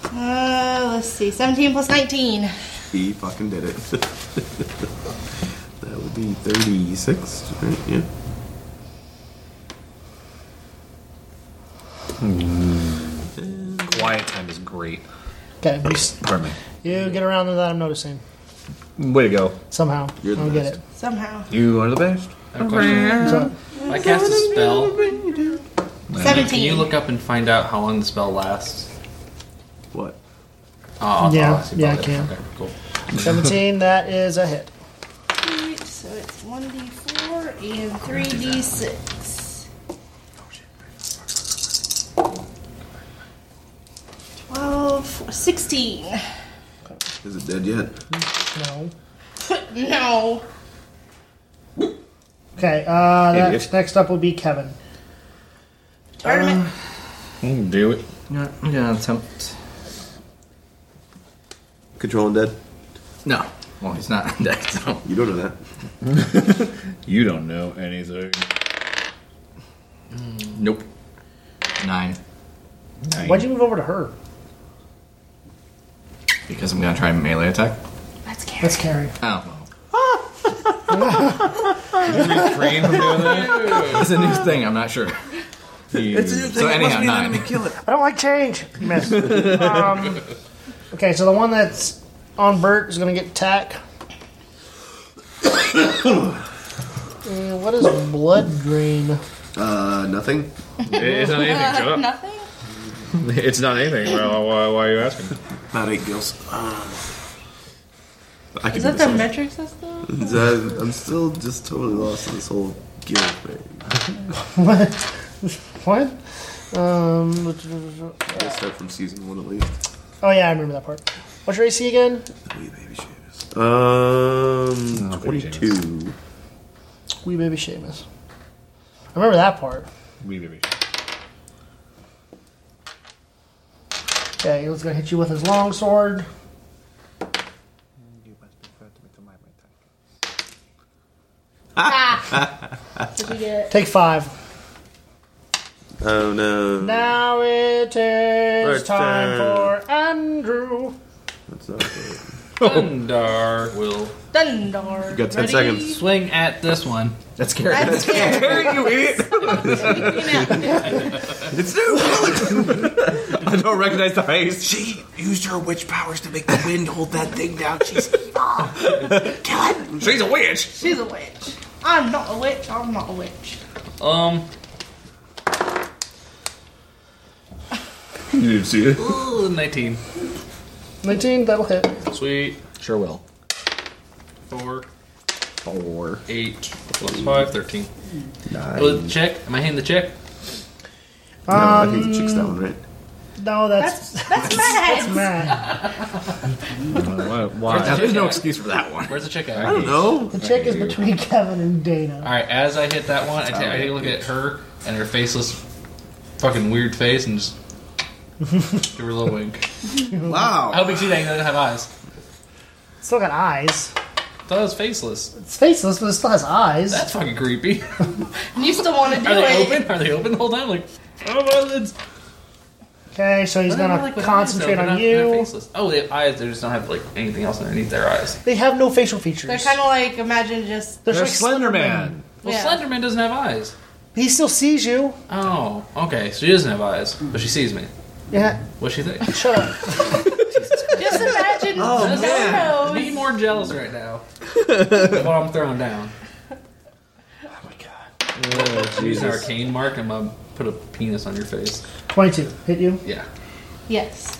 S2: Uh, let's see. 17 plus 19.
S1: He fucking did it. that would be 36, right? Yeah.
S3: Quiet time is great.
S4: Okay, you, s-
S3: Pardon me.
S4: you get around without him noticing
S3: Way to go.
S4: somehow.
S1: You're the
S4: I don't get
S1: best.
S4: it.
S2: Somehow.
S3: You are the best.
S4: So,
S5: I cast a spell. Can
S2: 17.
S5: you look up and find out how long the spell lasts?
S1: What?
S5: Oh, I'll- I'll
S4: Yeah,
S5: ask you
S4: yeah,
S5: about
S4: I
S5: it.
S4: can.
S5: Okay, cool.
S4: 17, that is a hit.
S2: So it's 1d4 and 3d6. 12, 16.
S1: Is it dead yet?
S4: No.
S2: No.
S4: Okay, uh,
S3: Idiot.
S4: that, next up will be Kevin.
S2: Tournament.
S3: Do it.
S14: Yeah, I'm gonna attempt.
S1: Controlling dead?
S14: No. Well, he's not undead, so.
S1: You don't know that.
S3: You don't know anything.
S5: Hmm.
S14: Nope. Nine.
S4: Why'd you move over to her?
S14: Because I'm gonna try melee attack.
S5: Uh,
S2: That's
S4: That's
S2: Karen.
S4: Carrie.
S14: Oh. well.
S3: Refrain from doing that.
S14: It's a new thing, I'm not sure. So, anyhow, nine.
S4: I don't like change. You missed. um, okay, so the one that's on Bert is going to get attack. Uh, what is blood green?
S1: Uh, nothing?
S3: It's not anything. Shut up.
S2: Nothing?
S3: It's not anything. Well, why, why are you asking?
S1: About eight gills. Uh, I can
S2: Is
S1: do
S2: that the
S1: this.
S2: metric system?
S1: I'm I'm still just totally lost on this whole guild thing.
S4: What? what? Um,
S1: Let's start from season one at least.
S4: oh, yeah, I remember that part. What's your AC again?
S1: Wee baby Sheamus. Um,
S3: Oh, baby
S1: 22.
S4: Wee baby Seamus. I remember that part.
S3: We baby.
S4: Okay, he's going to hit you with his long sword.
S2: Did you get
S4: Take five.
S1: Oh no.
S4: Now it is
S1: Bert,
S4: time
S1: uh,
S4: for Andrew.
S1: That's not good.
S5: Thunder will
S2: Dundar? You
S1: got 10 seconds.
S5: swing at this one.
S14: That's scary.
S2: That's Karen.
S14: It's new! I don't recognize the face.
S13: She used her witch powers to make the wind hold that thing down. She's evil. Kill it.
S14: She's a witch!
S2: She's a witch. I'm not a witch. I'm not a witch.
S5: Um,
S3: You didn't see it.
S5: ooh, 19.
S4: 19, that'll hit.
S5: Sweet.
S3: Sure will.
S5: 4,
S3: Four.
S5: 8, plus 5, 13. Will it check? Am I hitting the check?
S1: No, I think the chick's that one, right?
S4: No, that's,
S2: That's that's mad.
S4: Matt.
S14: Now,
S3: Why?
S14: there's no excuse for that one.
S5: Where's the check at? All
S1: No.
S4: The check is between Kevin and Dana.
S5: right, as I hit that one, I take I take a look at her and her faceless, fucking weird face and just give her a little wink. I
S1: Wow.
S5: hope you see that he doesn't have eyes.
S4: Still got eyes.
S5: That was faceless.
S4: It's faceless, but it still has eyes.
S5: That's fucking creepy.
S2: And you still want to do
S5: Are they
S2: it?
S5: open? Are they open the whole time? Like, oh my lids.
S4: Okay, so he's
S5: I don't know,
S4: gonna
S5: like, with eyes,
S4: concentrate
S5: though,
S4: on
S5: they're not- they're
S4: you.
S5: faceless. Oh, they have eyes. They just don't have like anything else underneath their eyes.
S4: They have no facial features.
S2: They're kind of like imagine just
S4: They're
S3: There's
S4: like
S3: Slender
S4: Slender
S3: Man.
S5: Well,
S2: Yeah.
S5: Slenderman doesn't have eyes.
S4: He still sees you.
S5: Oh, okay. She doesn't have eyes, but she sees me.
S4: Yeah.
S5: What she think?
S4: Shut up.
S2: just imagine.
S1: Oh,
S2: no
S1: man.
S5: Be more jealous right now. of what I'm throwing down.
S4: Oh
S5: Use an arcane mark. I'm gonna put a penis on your face.
S4: Twenty-two. Hit you.
S5: Yeah.
S2: Yes.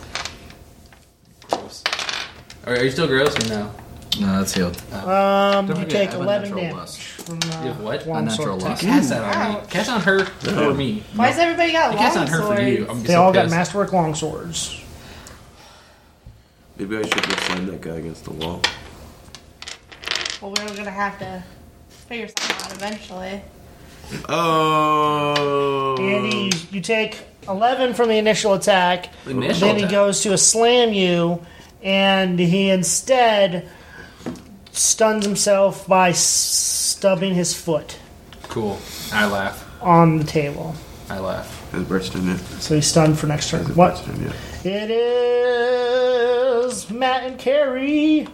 S5: Are, are you still gross or no?
S14: No, that's healed.
S4: Um,
S14: Don't
S4: you
S14: forget, I
S4: take
S14: have a
S4: 11
S14: natural
S4: damage.
S14: lust.
S4: From, uh,
S5: You have what?
S4: one
S14: A natural
S4: sword attack.
S14: lust.
S5: Cast that on me.
S2: Ouch.
S5: Cast on her or me.
S2: Why has everybody got long
S5: Cast on her for you.
S2: swords?
S5: I'm
S4: They
S5: so
S4: all got
S5: pissed.
S4: masterwork longswords.
S1: Maybe I should have slammed that guy against the wall.
S2: Well, we're gonna have to figure something out eventually.
S1: Oh.
S4: Andy, you, you take 11 from the initial attack.
S5: Initial
S4: then he
S5: attack.
S4: goes to a slam you, and he instead stuns himself by s- stubbing his foot
S5: Cool. I laugh.
S4: on the table.
S5: I laugh.
S1: His burst in it.
S4: So he's stunned for next turn. What?
S1: Burst in it.
S4: It is Matt and Carrie.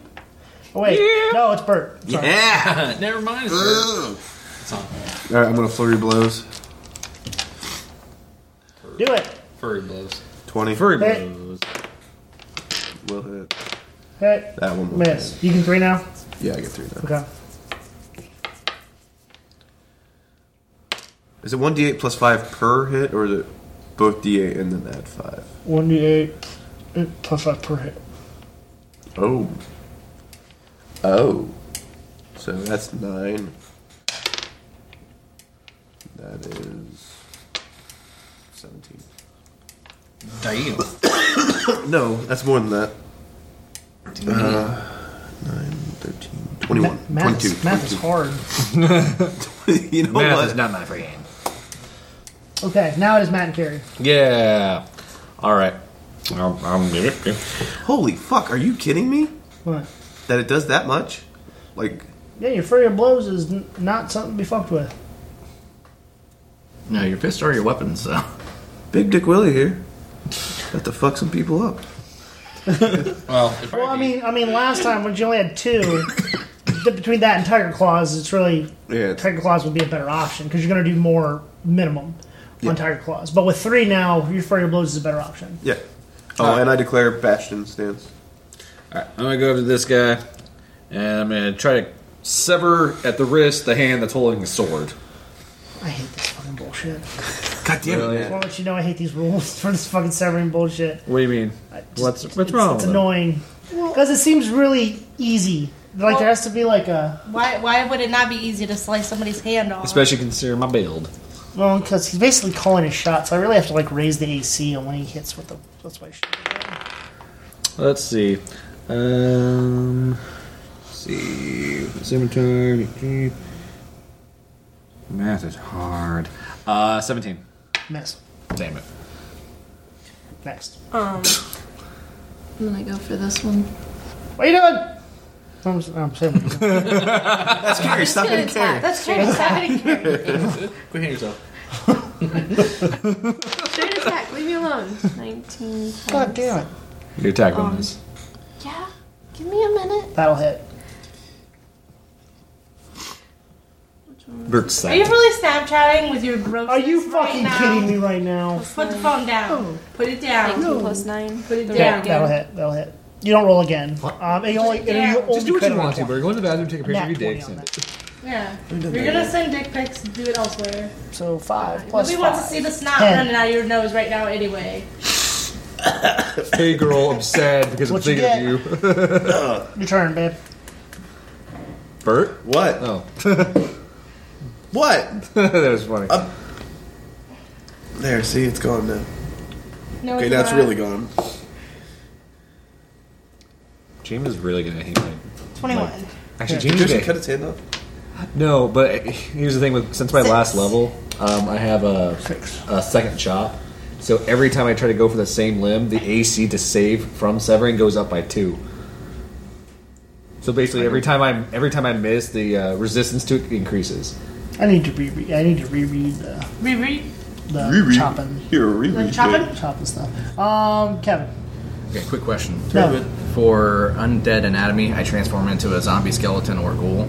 S4: Oh, wait. No, it's Bert. Sorry.
S1: Yeah.
S5: Never mind. It's on
S1: All right, I'm gonna flurry blows.
S4: Do it.
S5: furry blows.
S1: Twenty.
S4: Hit.
S1: Will hit.
S4: Hit.
S1: That one. will
S4: Miss. You can three now?
S1: hit. Yeah, I get three now.
S4: Okay.
S1: Is it one d8 plus five per hit, or is it both d8 and then add five?
S4: 1d8 plus 5 per hit.
S1: Oh. Oh. So that's nine. That is seventeen.
S5: Damn.
S1: No, that's more than that. Uh, 9, 13, 21,
S4: Ma- math,
S1: 22.
S4: is, math is hard.
S1: you know
S3: Math
S1: what?
S3: is not my friend.
S4: Okay, now it is Matt and Carrie.
S3: Yeah. All right. I'm, I'm
S1: Holy fuck, are you kidding me?
S4: What?
S1: That it does that much? Like,
S4: Yeah, your flurry of blows is n- not something to be fucked with.
S14: No, your pistol or your weapon, so.
S1: Big Dick Willie here. Have to fuck some people up.
S5: Well, it'd probably
S4: Well, I
S5: be-
S4: mean, I mean, last time when you only had two, the- between that and Tiger Claws, it's really
S1: Yeah, it's-
S4: Tiger Claws would be a better option because you're going to do more minimum on Tiger Claws. But with three now, your flurry of blows is a better option.
S1: Yeah. Oh, and I declare Bastion stance.
S3: I'm gonna go over to this guy, and I'm gonna try to sever at the wrist the hand that's holding the sword.
S4: I hate this fucking bullshit. Just
S1: God damn it, man.
S4: want to let you know I hate these rules for this fucking severing bullshit.
S3: What do you mean? what's what's
S4: It's,
S3: wrong? with
S4: it's
S3: him?
S4: annoying because it seems really easy. Like there has to be like a
S2: Why? Why would it not be easy to slice somebody's hand off?
S3: Especially considering my build.
S4: Well, because he's basically calling his shot, so I really have to like raise the AC on when he hits with the. That's why. I should.
S3: Let's see. Um, let's see. Scimitar. Math is hard. Uh, 17.
S4: Miss.
S3: Damn it.
S4: Next.
S2: Um, I'm gonna go for this one.
S4: What are you doing? I'm, s- I'm saying. what you're
S1: That's scary. Stop
S2: Good
S1: getting
S2: attack.
S1: carried.
S2: That's true.
S5: Quit hitting yourself.
S9: Straight attack. Leave me alone. 19.
S4: doing. God damn it.
S3: Your attack bonus.
S9: Yeah. Give me a minute.
S4: That'll hit.
S3: Bert's
S2: Are you really Snapchatting with your gross?
S4: Are you fucking
S2: right
S4: kidding
S2: now?
S4: me right now?
S2: Put the phone down. Put it down.
S9: 19 plus 9.
S2: Put it
S4: Yeah,
S2: down.
S4: that'll hit. That'll hit. You don't roll again. Um, and you only, and you
S2: Yeah.
S4: only
S3: Just do what
S4: could
S3: you
S4: roll
S3: want to,
S4: twice.
S3: Bert. Go to the bathroom, take a picture of your
S4: Nat 20
S3: dick,
S4: on
S3: send
S4: that.
S3: it.
S2: Yeah. You're gonna send dick pics. Do it elsewhere.
S4: So five plus
S2: Nobody
S4: five.
S2: wants to see the snot
S4: Ten.
S2: running out of your nose right now, anyway.
S3: Hey, girl, I'm sad because I'm
S4: What you
S3: thinking of you.
S4: Your turn, babe.
S3: Bert?
S1: What?
S3: Oh,
S1: What?
S3: that was funny.
S1: There, see, it's gone now.
S2: No,
S1: Okay,
S2: it's
S1: that's
S2: not.
S1: really gone.
S3: James is really gonna hate me.
S2: twenty-one.
S3: Actually,
S1: Did
S3: James
S1: you
S3: is
S1: just
S3: gonna
S1: cut its hand off?
S3: No, but here's the thing with since my
S2: Six.
S3: last level, um, I have a a second chop. So every time I try to go for the same limb, the AC to save from severing goes up by two. So basically, every time I'm every time I miss, the uh, resistance to it increases.
S4: I need to reread. I need to reread the,
S2: Reread.
S4: the chopping,
S1: Here, reread.
S2: Like chopping.
S4: chopping stuff. Um, Kevin.
S14: Okay, quick question.
S4: No.
S14: For undead anatomy, I transform into a zombie skeleton or ghoul.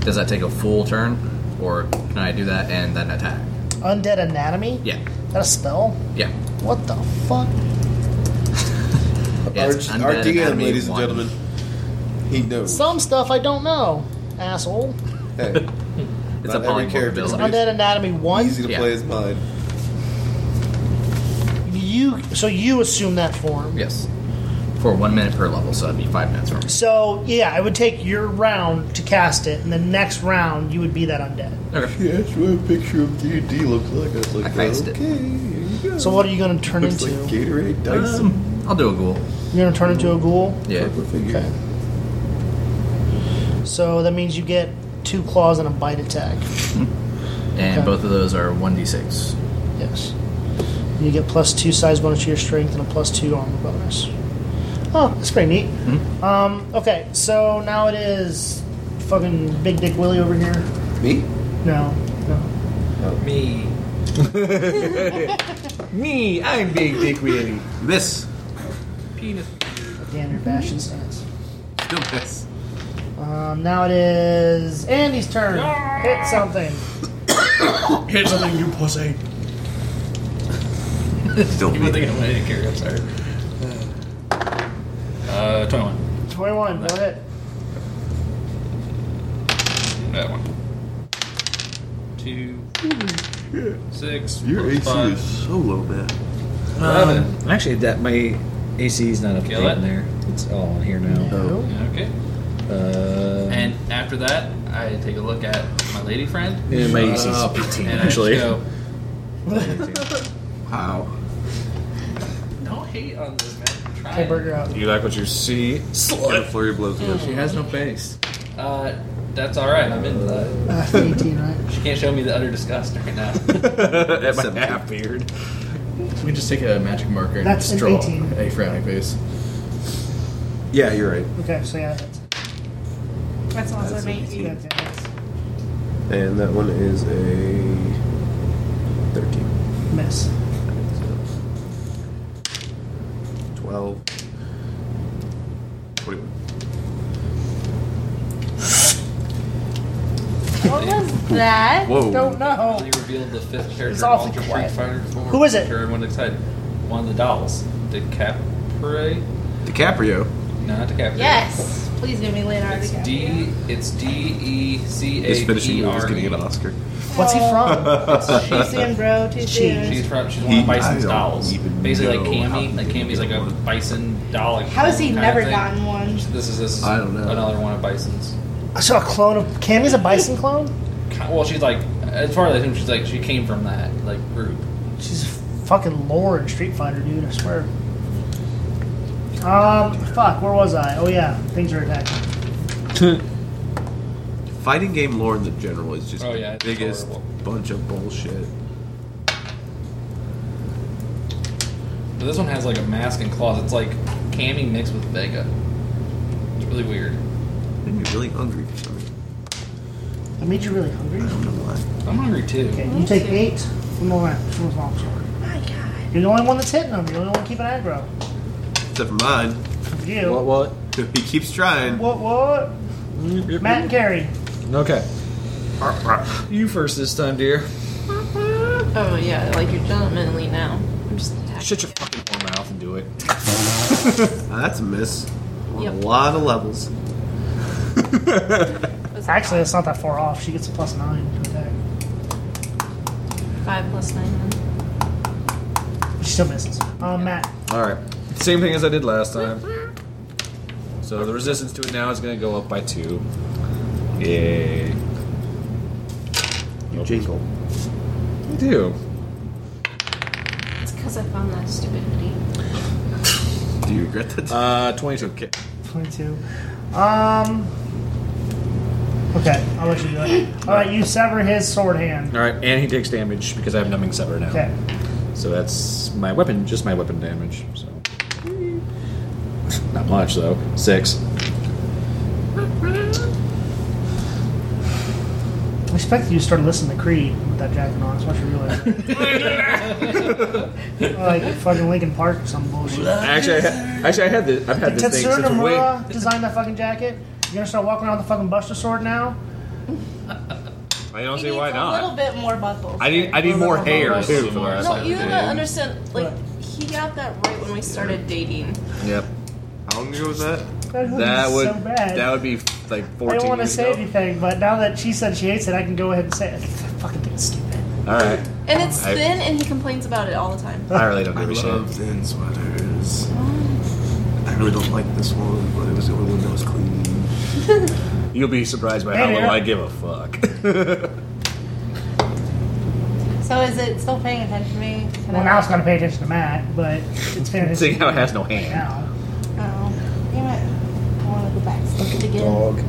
S14: Does that take a full turn, or can I do that and then attack?
S4: Undead anatomy.
S14: Yeah,
S4: Is that a spell?
S14: yeah.
S4: What the fuck?
S14: Yeah, it's
S1: Our, our
S14: undead
S1: DM,
S14: anatomy
S1: ladies and
S14: one.
S1: gentlemen, he knows.
S4: Some stuff I don't know, asshole.
S1: Hey,
S14: It's
S1: Not
S14: a
S1: every
S14: polymorph
S1: character
S14: ability.
S4: Undead Anatomy 1.
S1: easy to
S14: Yeah.
S1: play his mind.
S4: You you so you assume that form.
S5: Yes. For one minute per level, so that'd be five minutes for me.
S4: So yeah, it would take your round to cast it, and the next round you would be that undead.
S5: Okay.
S15: Yeah, that's what a picture of D and D looks like. I was like,
S5: I faced it.
S15: okay, here you go.
S4: So what are you going to turn
S15: looks
S4: into?
S15: like Gatorade Dyson
S5: Um, I'll do a ghoul.
S4: You're going to turn into a ghoul.
S5: Yeah.
S15: type of figure.
S4: So that means you get two claws and a bite attack.
S5: And
S4: Okay.
S5: both of those are 1d6.
S4: Yes. You get plus two size bonus to your strength and a plus two armor bonus. Oh, that's pretty neat. Um, okay, so now it is fucking Big Dick Willie over here.
S15: Me?
S4: No, no.
S1: Oh.
S3: Me. Me, I'm Big Dick Willie.
S1: This.
S4: Damn your fashion sense.
S1: Still this.
S4: Um, now it is Andy's turn. Hit something.
S14: Hit something, you pussy.
S1: Still
S14: You were
S1: me.
S14: thinking of my carry, I'm sorry. Uh, 21.
S4: 21, go ahead.
S14: That one. Two. Six.
S15: Your
S14: plus
S15: AC
S14: five.
S15: is so low, man.
S14: Eleven.
S7: Um, Actually, that my AC is not up to
S14: Kill
S7: date
S14: it.
S7: in there. It's all on here now.
S4: No.
S5: Oh.
S14: Okay.
S7: Uh,
S14: And after that, I take a look at my lady friend. Uh,
S7: yeah, my AC is 18
S14: And I just
S7: actually.
S14: go,
S1: Wow.
S14: don't hate on this, man. Try
S4: Okay,
S14: it.
S4: burger out.
S3: You like what you see?
S1: Get a flurry of blows. with
S5: She has no face.
S14: Uh, that's alright. I'm into that.
S4: Uh, 18, right?
S14: She can't show me the utter disgust right now.
S3: At my
S1: Seventeen.
S3: half beard.
S5: We can just take a magic marker and
S4: That's
S5: just
S4: an
S5: draw
S4: 18.
S5: a frowny face.
S1: it. Yeah, you're right.
S4: Okay, so yeah, that's,
S9: That's also an 18.
S4: that's, that's
S15: And that one is a thirteen.
S4: miss.
S15: 12. 21.
S2: What was that?
S1: Whoa.
S4: Don't know.
S14: They revealed the fifth character
S4: It's
S14: in
S4: awfully
S14: Ultra
S4: quiet.
S14: Street Fighter 4.
S4: Who is it?
S14: Sure, everyone excited. One of the dolls. DiCaprio?
S1: DiCaprio.
S14: No, not DiCaprio.
S2: Yes. Please give me Leonardo
S14: It's
S2: DiCaprio.
S14: D. It's D E C A.
S1: His finishing move is getting an
S14: off.
S1: Oscar.
S4: What's he from?
S2: Too soon, bro. Too soon.
S14: She's from. She's one of
S1: He-
S14: Bison's
S1: I don't
S14: dolls.
S1: even
S14: Basically, like
S1: know how
S14: Cammy. Like
S1: they
S14: Cammy's like
S1: get
S14: a
S1: one.
S14: Bison doll. Like,
S2: How has he
S14: kind of
S2: never
S14: thing.
S2: gotten one?
S14: This is this. Is
S1: I don't know.
S14: Another one of Bison's.
S4: I saw a clone of. Cammy's a bison clone?
S14: Ki- Well, she's like as far as I think, she's like she came from that like group.
S4: She's a fucking lore in Street Fighter, dude, I swear. Um, fuck, where was I? Oh, yeah, things are attacking.
S1: Fighting game lore in the general is just
S14: Oh,
S1: the
S14: yeah, it's
S1: biggest
S14: horrible.
S1: bunch of bullshit.
S14: But this one has like a mask and claws. It's like Cammy mixed with Vega. It's really weird.
S1: Made me really hungry for something.
S4: That made you really hungry?
S1: I don't know why.
S14: I'm hungry too.
S4: Okay, you take eight from the left, from the long sword.
S2: My God.
S4: You're the only one that's hitting them. You're the only one keeping aggro.
S1: Except for mine.
S4: For you.
S7: What? What?
S1: He keeps trying.
S4: What? What? Matt and Gary.
S7: Okay. You first this time, dear.
S9: Oh, yeah, like you're gentlemanly now. I'm just attacking.
S7: Shut your fucking whore mouth and do it.
S1: Ah, that's a miss. On
S9: Yep.
S1: A lot of levels.
S4: Actually, that's not that far off. She gets a plus nine to attack.
S9: 5 plus 9. then.
S4: She still misses. Um, Matt.
S7: All right. Same thing as I did last time. So the resistance to it now is going to go up by two. Yay.
S1: You jingle.
S7: You do.
S9: It's because I found that stupidity.
S1: Do you regret that?
S7: Uh, 22. Okay.
S4: 22. Um. Okay, I'll let you do it. All right, you sever his sword hand.
S7: All right, and he takes damage because I have numbing sever now.
S4: Okay.
S7: So that's my weapon, just my weapon damage. So not much though. Six.
S4: I expect you to start listening to Creed with that jacket on. That's what you realize. like fucking Lincoln Park or some bullshit.
S7: Actually, I ha- actually I had this. I've had
S4: Did
S7: this thing
S4: Tetsuro
S7: since way.
S4: Nomura design that fucking jacket? You're gonna start walking around with a fucking Buster sword now?
S7: I don't
S2: He
S7: see
S2: needs
S7: why
S2: A little
S7: not.
S2: bit more buckles.
S7: I need I need more hair too. For us.
S9: No, you don't understand. Like, he got that right when we started dating.
S7: Yep.
S1: How long ago was that?
S4: That would
S7: That
S4: be
S7: would
S4: so bad.
S7: that would be like
S4: I
S7: fourteen
S4: don't want to
S7: years
S4: say
S7: ago.
S4: anything, but now that she said she hates it, I can go ahead and say it. I fucking think it's stupid.
S3: All right.
S9: And it's
S3: I-
S9: thin, and he complains about it all the time.
S3: I really don't
S16: I
S3: give a shit.
S16: love thin sweaters. I really don't like this one, but it was the only one that was clean.
S3: You'll be surprised by
S4: Hey,
S3: how little
S4: yeah.
S3: I give a fuck.
S2: So is it still paying attention to me? Can
S4: Well,
S2: I-
S4: now it's going to pay attention to Matt, but it's paying
S3: Seeing
S4: attention
S3: how it has no
S4: to
S3: hand.
S4: now.
S2: Oh, damn it. I want to go back and look at it again.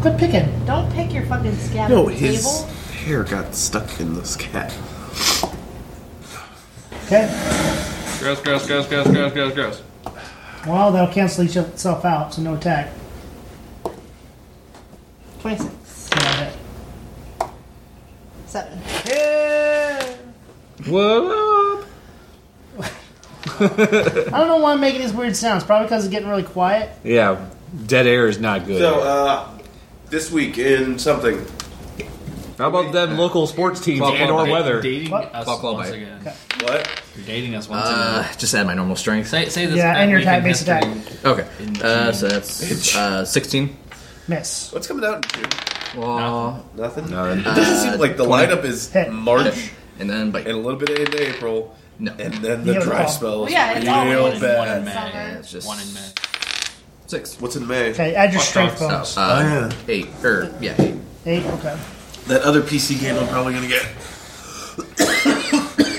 S4: Quit picking.
S2: Don't pick your fucking scab.
S16: No,
S2: off the
S16: his
S2: table.
S16: hair got stuck in the scab.
S4: Okay.
S14: Gross, gross, gross, gross, gross, gross, gross.
S4: Well, that'll cancel each itself out, so no attack.
S2: 26.
S4: Yeah.
S2: 7.
S3: What up?
S4: I don't know why I'm making these weird sounds. Probably because it's getting really quiet.
S3: Yeah, dead air is not good.
S1: So, uh, this week in something.
S3: how about them local sports teams and or
S14: You're
S3: weather?
S14: Dating
S4: What?
S14: us
S5: Buckle
S14: once
S5: bite.
S14: again.
S1: What?
S14: You're dating us once
S5: Uh,
S14: again.
S5: just add my normal strength.
S14: Say, say this.
S4: Yeah,
S14: back
S4: and your
S14: week in
S4: attack, base
S14: history.
S5: Okay. Uh, so that's uh, 16.
S4: Miss.
S1: What's coming out? in June?
S5: Well,
S1: Nothing. It doesn't seem like the lineup is
S4: Hit.
S1: March
S5: and then bite.
S1: and a little bit into April,
S5: No.
S1: and then the
S4: Yeah,
S1: dry
S4: well.
S1: spell.
S2: Well, yeah, it's
S1: real
S2: always
S14: One
S1: bad.
S14: in May.
S2: summer.
S5: It's just
S14: One in May.
S5: six.
S1: What's in May?
S4: Okay, add your
S14: Fuck
S4: strength
S14: off.
S4: bonus.
S5: Uh, Eight. Or, yeah, eight.
S4: Eight. Okay.
S1: That other PC game I'm probably gonna get.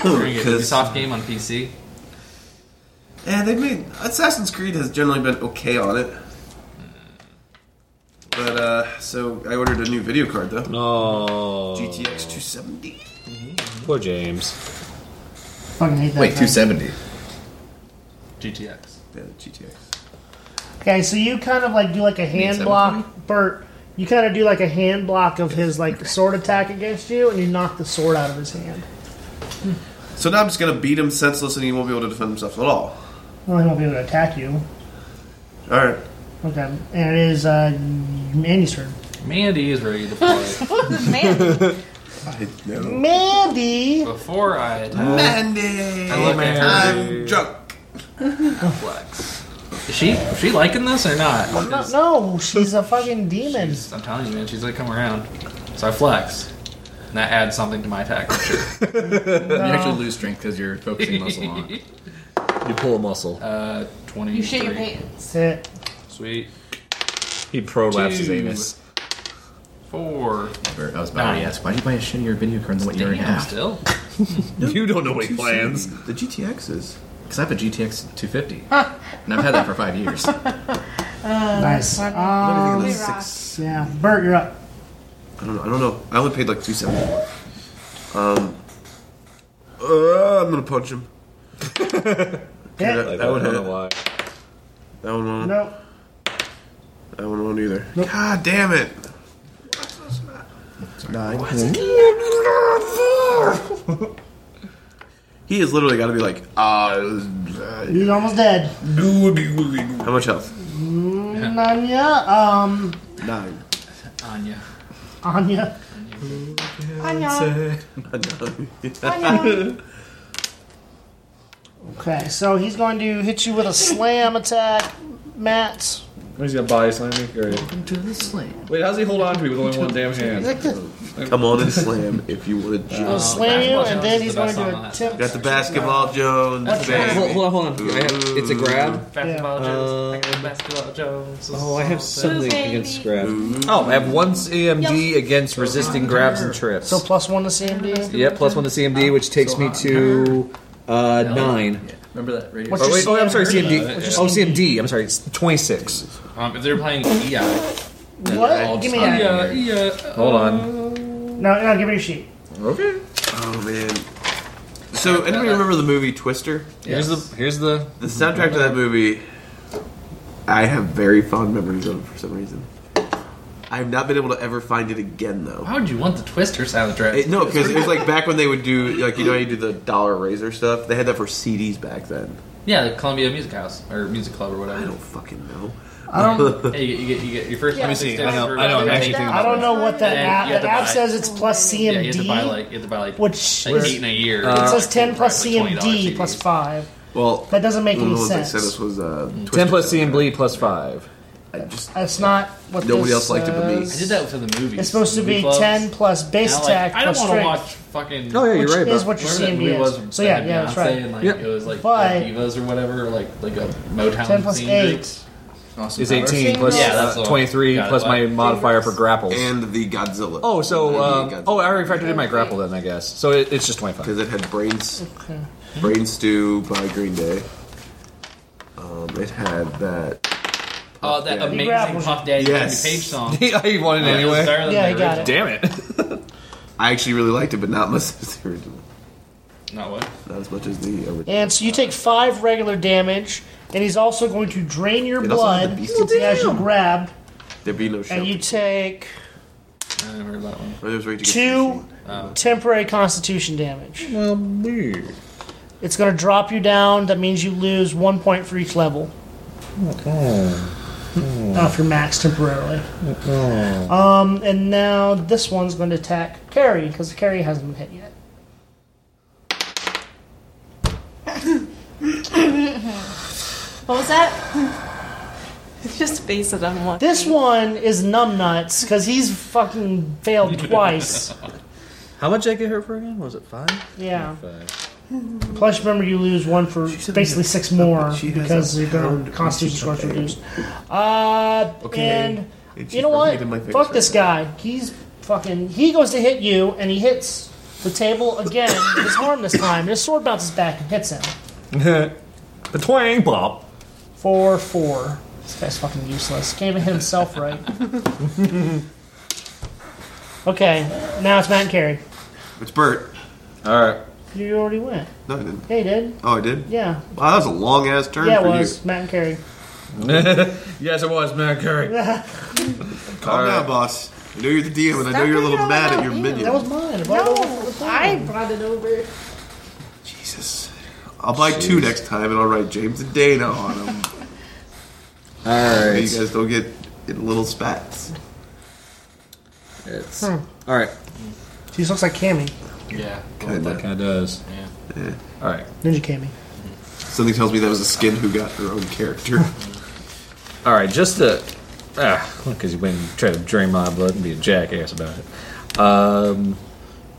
S14: We're gonna get a
S1: Because-
S14: Ubisoft game on PC.
S1: Yeah, they made Assassin's Creed has generally been okay on it. But uh, so I ordered a new video card though.
S3: Oh,
S1: GTX 270.
S3: poor James.
S4: Fucking hate that.
S5: Wait,
S4: thing.
S5: 270.
S14: GTX.
S1: Yeah, GTX.
S4: Okay, so you kind of like do like a hand block, Bert. You kind of do like a hand block of his like sword attack against you, and you knock the sword out of his hand.
S1: So now I'm just gonna beat him senseless, and he won't be able to defend himself at all.
S4: Well, he won't be able to attack you.
S1: All right.
S4: Okay, and it is uh, Mandy's turn.
S14: Mandy is ready to play.
S2: What is man?
S4: Mandy.
S14: Before I attack,
S1: Mandy,
S14: I look at her.
S1: I'm drunk.
S14: Flex. Is she is she liking this or not?
S4: No, no, she's a fucking demon.
S14: She's- I'm telling you, man, she's like, come around. So I flex. And that adds something to my attack for sure.
S5: You actually lose strength because you're focusing muscle on it.
S3: You pull a muscle.
S14: Uh, 20.
S2: You shit your pants.
S4: Hit.
S14: Sweet.
S3: He prolapses his
S14: Two.
S3: anus.
S14: Four.
S5: Bert, I was about to
S14: Nine.
S5: ask, why do you buy a shittier video card than what you already
S14: Damn,
S5: have?
S14: still.
S3: You don't know what he plans.
S1: The GTXs.
S5: Because I have a GTX 250. and I've had that for five years.
S4: nice. Uh,
S1: I, think it was
S2: we rock.
S1: six.
S4: yeah, Bert, you're up.
S1: I don't know. I don't know. I only paid like two seventy. Um. uh, I'm gonna punch him.
S4: Hit.
S1: That, that
S3: I
S1: one
S3: don't know
S1: hit.
S3: why.
S1: That one won't.
S4: Nope.
S1: That one won't either. God damn it! He has literally got to be like, ah. Uh,
S4: He's almost dead.
S1: how much health?
S4: Anya. Um,
S1: Nine.
S14: Anya.
S4: Anya.
S2: Anya. Anya.
S4: Okay, so he's going to hit you with a slam attack, Matt.
S7: He's got body slamming. Great.
S5: to the slam.
S7: Wait, how's he hold on to me with only one damn hand?
S1: Come on and slam if you would.
S4: He'll
S14: Oh,
S4: slam you,
S14: basketball
S4: and
S14: challenge
S4: then
S14: is
S4: he's
S14: the
S4: going
S14: best song
S4: to
S14: on that
S4: attempt.
S1: Got the basketball, Jones.
S5: Hold,
S1: baby.
S5: hold on, hold on. Do I have- it's a grab.
S14: Basketball Jones. I got basketball Jones.
S7: Oh, I have something
S2: Baby.
S7: against grab.
S3: Oh, I have one CMD against resisting grabs and trips.
S4: So plus one to CMD.
S3: Yep, plus one to CMD, which takes me to uh, nine.
S5: Remember that radio?
S4: What's
S3: Oh, wait, oh, I'm sorry,
S14: Uh,
S3: CMD.
S14: yeah.
S3: Oh, CMD. I'm sorry, it's 26.
S14: Um, if they're playing EI.
S4: What? Give me that.
S14: Yeah, yeah.
S4: uh,
S3: Hold on.
S4: No, no, give me your sheet.
S3: Okay.
S1: Oh man. So anybody remember the movie Twister?
S3: Here's the here's the
S1: The soundtrack to that movie, I have very fond memories of for some reason. I have not been able to ever find it again though.
S14: Why would you want the Twister soundtrack?
S1: It- no, because it was like back when they would do like you know how you do the dollar razor stuff. They had that for CDs back then.
S14: yeah, the Columbia Music House or Music Club or
S1: I
S14: whatever.
S1: don't fucking know.
S14: Hey, you, you get you get your first.
S2: Let me
S14: six
S2: see.
S14: days
S2: I know-
S14: for-
S3: I know, I'm
S14: Yeah,
S3: actually
S4: I don't know what that
S14: And
S4: app.
S14: you have
S4: That
S14: to
S4: app
S14: buy-
S4: says it's plus CMD,
S14: you have to buy like you have to buy like,
S4: which
S14: like
S4: is,
S14: eight in a year.
S4: it says ten
S14: Right,
S4: plus
S14: Uh, like $20
S4: CMD
S14: CDs.
S4: plus five.
S1: Well,
S4: That doesn't make
S1: one of
S4: any
S1: the ones they
S4: sense.
S1: sent us was uh,
S3: 10
S1: Twister
S3: plus
S1: soundtrack.
S3: CMD plus 5.
S1: I just
S4: That's not what
S1: Nobody
S4: this
S1: else liked it but me.
S4: says.
S14: I did that for the movie.
S4: It's supposed to be ten plus base
S14: Now, like,
S4: attack
S14: I don't
S4: plus
S14: want to
S4: strength,
S14: watch fucking.
S7: Oh yeah, you're
S4: which
S7: right.
S4: is
S7: About
S4: what your
S14: Whatever that movie
S4: CMB
S14: was,
S4: is. So yeah,
S14: Bad
S4: yeah, that's
S14: Beyonce,
S4: right.
S14: And like
S7: Yep.
S14: it was like
S4: But-
S14: the divas or whatever, or like like a Motown.
S4: 10 plus
S14: scene
S4: 8.
S14: group.
S5: Awesome.
S7: is 18
S4: Same
S7: plus
S4: rules. Yeah,
S14: that's
S7: uh,
S14: all.
S7: 23
S14: Got it.
S7: plus my
S14: Same
S7: modifier for grapples.
S1: and the Godzilla.
S7: oh, so
S1: The
S7: um,
S1: Godzilla.
S7: oh, I already factored in my grapple then, I guess. So it, it's just 25.
S1: because it had brains, brain stew by Green Day. Um, it had that.
S14: Oh, that
S1: Yeah.
S14: amazing
S4: Grapples.
S14: Puff Daddy
S1: Yes.
S14: Page song.
S7: I won it
S14: That was
S7: anyway.
S14: better than
S4: Yeah,
S14: the
S4: he got
S14: original.
S4: it.
S7: Damn it!
S1: I actually really liked it, but not much as the original.
S14: Not what?
S1: Not as much as the original.
S4: And so you take five regular damage, and he's also going to drain your
S1: It also had the
S4: blood
S1: beast in it.
S4: as you grab,
S1: There'd be no show.
S4: and you take
S14: I never heard that one.
S1: Or there was Rage Against the
S4: two
S1: Machine.
S4: temporary Constitution damage. It's going to drop you down. That means you lose one point for each level. Okay. Off your max temporarily. Um, and now this one's going to attack Carrie because Carrie hasn't been hit yet.
S2: What was that?
S9: Just base it on one.
S4: This one is numbnuts because he's fucking failed twice.
S3: How much did I get hurt for again? Was it five?
S4: Yeah.
S1: uh,
S4: Plus, remember you lose one for basically six more
S1: She has
S4: because
S1: a
S4: your
S1: pound
S4: constitution
S1: of
S4: score's reduced. Uh, and
S1: And
S4: you know
S1: she's
S4: what?
S1: in my face
S4: Fuck
S1: right
S4: this
S1: now.
S4: guy. He's fucking. He goes to hit you, and he hits the table again with his arm this time. And his sword bounces back and hits him.
S7: The twang pop.
S4: Four, four. This guy's fucking useless. Can't even hit himself right. okay, now it's Matt and Carey.
S1: It's Bert.
S3: All right.
S4: You already went.
S1: No, I didn't.
S4: Yeah, you did.
S1: Oh, I did.
S4: Yeah,
S1: Wow, that was a long ass turn
S4: yeah, it
S1: for
S4: was
S1: you.
S4: Matt and Carey.
S3: Yes, it was Matt Curry.
S1: Calm down, boss. I know you're the DM, and I know you're a little mad at your minion.
S4: That was mine.
S2: I brought it over.
S1: Jesus. I'll buy two next time, and I'll write James and Dana on them.
S3: All
S1: so you
S3: right.
S1: guys don't get in little spats.
S3: It's, all right.
S4: She looks like Cammy,
S14: Yeah.
S1: Kinda.
S3: Kind of does. All right.
S4: Ninja Cammy.
S1: Something tells me that was a skin who got her own character.
S3: All right. Just to ah, because you've been trying to drain my blood and be a jackass about it. Um.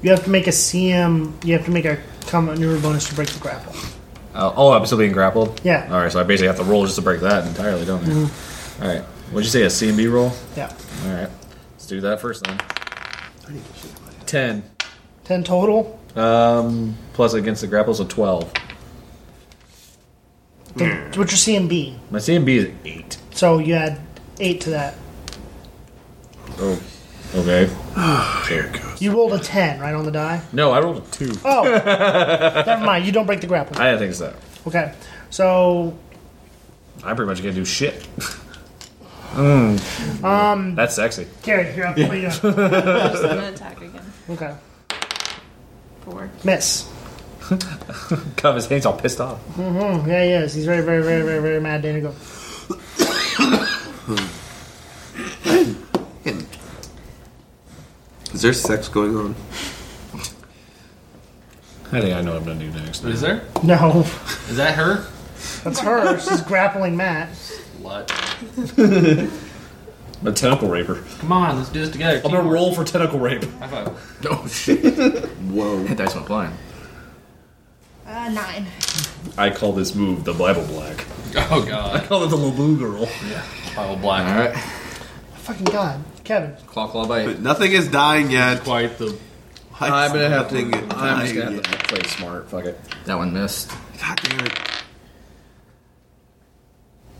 S4: You have to make a CM. You have to make a combat maneuver bonus to break the grapple.
S3: Uh, oh, I'm still being grappled.
S4: Yeah. Mm-hmm.
S3: All right. So I basically have to roll just to break that entirely, don't I? All right. What'd you say? A C and B roll.
S4: Yeah,
S3: All right. Let's do that first then. Ten.
S4: ten total.
S3: Um. Plus against the grapple, so twelve.
S4: The, What's your CMB?
S3: My C and B is eight.
S4: So you add eight to that.
S3: Oh. Okay.
S4: You rolled a ten right on the die.
S3: No, I rolled a two.
S4: Oh, never mind. You don't break the grapple.
S3: I didn't think so.
S4: Okay, so
S3: I pretty much can't do shit. Hmm. Um. That's sexy.
S4: Gary, you're up. What are you doing?
S9: I'm gonna attack again.
S4: Okay,
S9: Four.
S4: miss.
S3: Come, his hand's all pissed off.
S4: Oh, Yeah, he is. He's very, very, very, very, very mad. Dana, go.
S1: Is there sex going on?
S3: I think I know what I'm gonna do next.
S14: Is there?
S4: No,
S14: Is that her?
S4: that's her. She's grappling Matt.
S14: What?
S3: A tentacle raper.
S14: Come on, let's do this together.
S3: I'm gonna roll for tentacle rape.
S14: High five.
S5: Oh shit!
S1: Whoa.
S5: Hit dice went blind.
S2: Uh, nine.
S3: I call this move the Bible black.
S14: Oh god.
S3: Call it the Laboo girl.
S14: Bible black.
S5: All right,
S4: Fucking god, Kevin.
S5: claw claw bite.
S1: But nothing is dying yet.
S14: Quite the.
S3: I'm gonna have to.
S1: Nothing is
S3: I'm just gonna
S1: dying
S3: have to play smart. Fuck it.
S5: That one missed.
S1: yet. God damn it.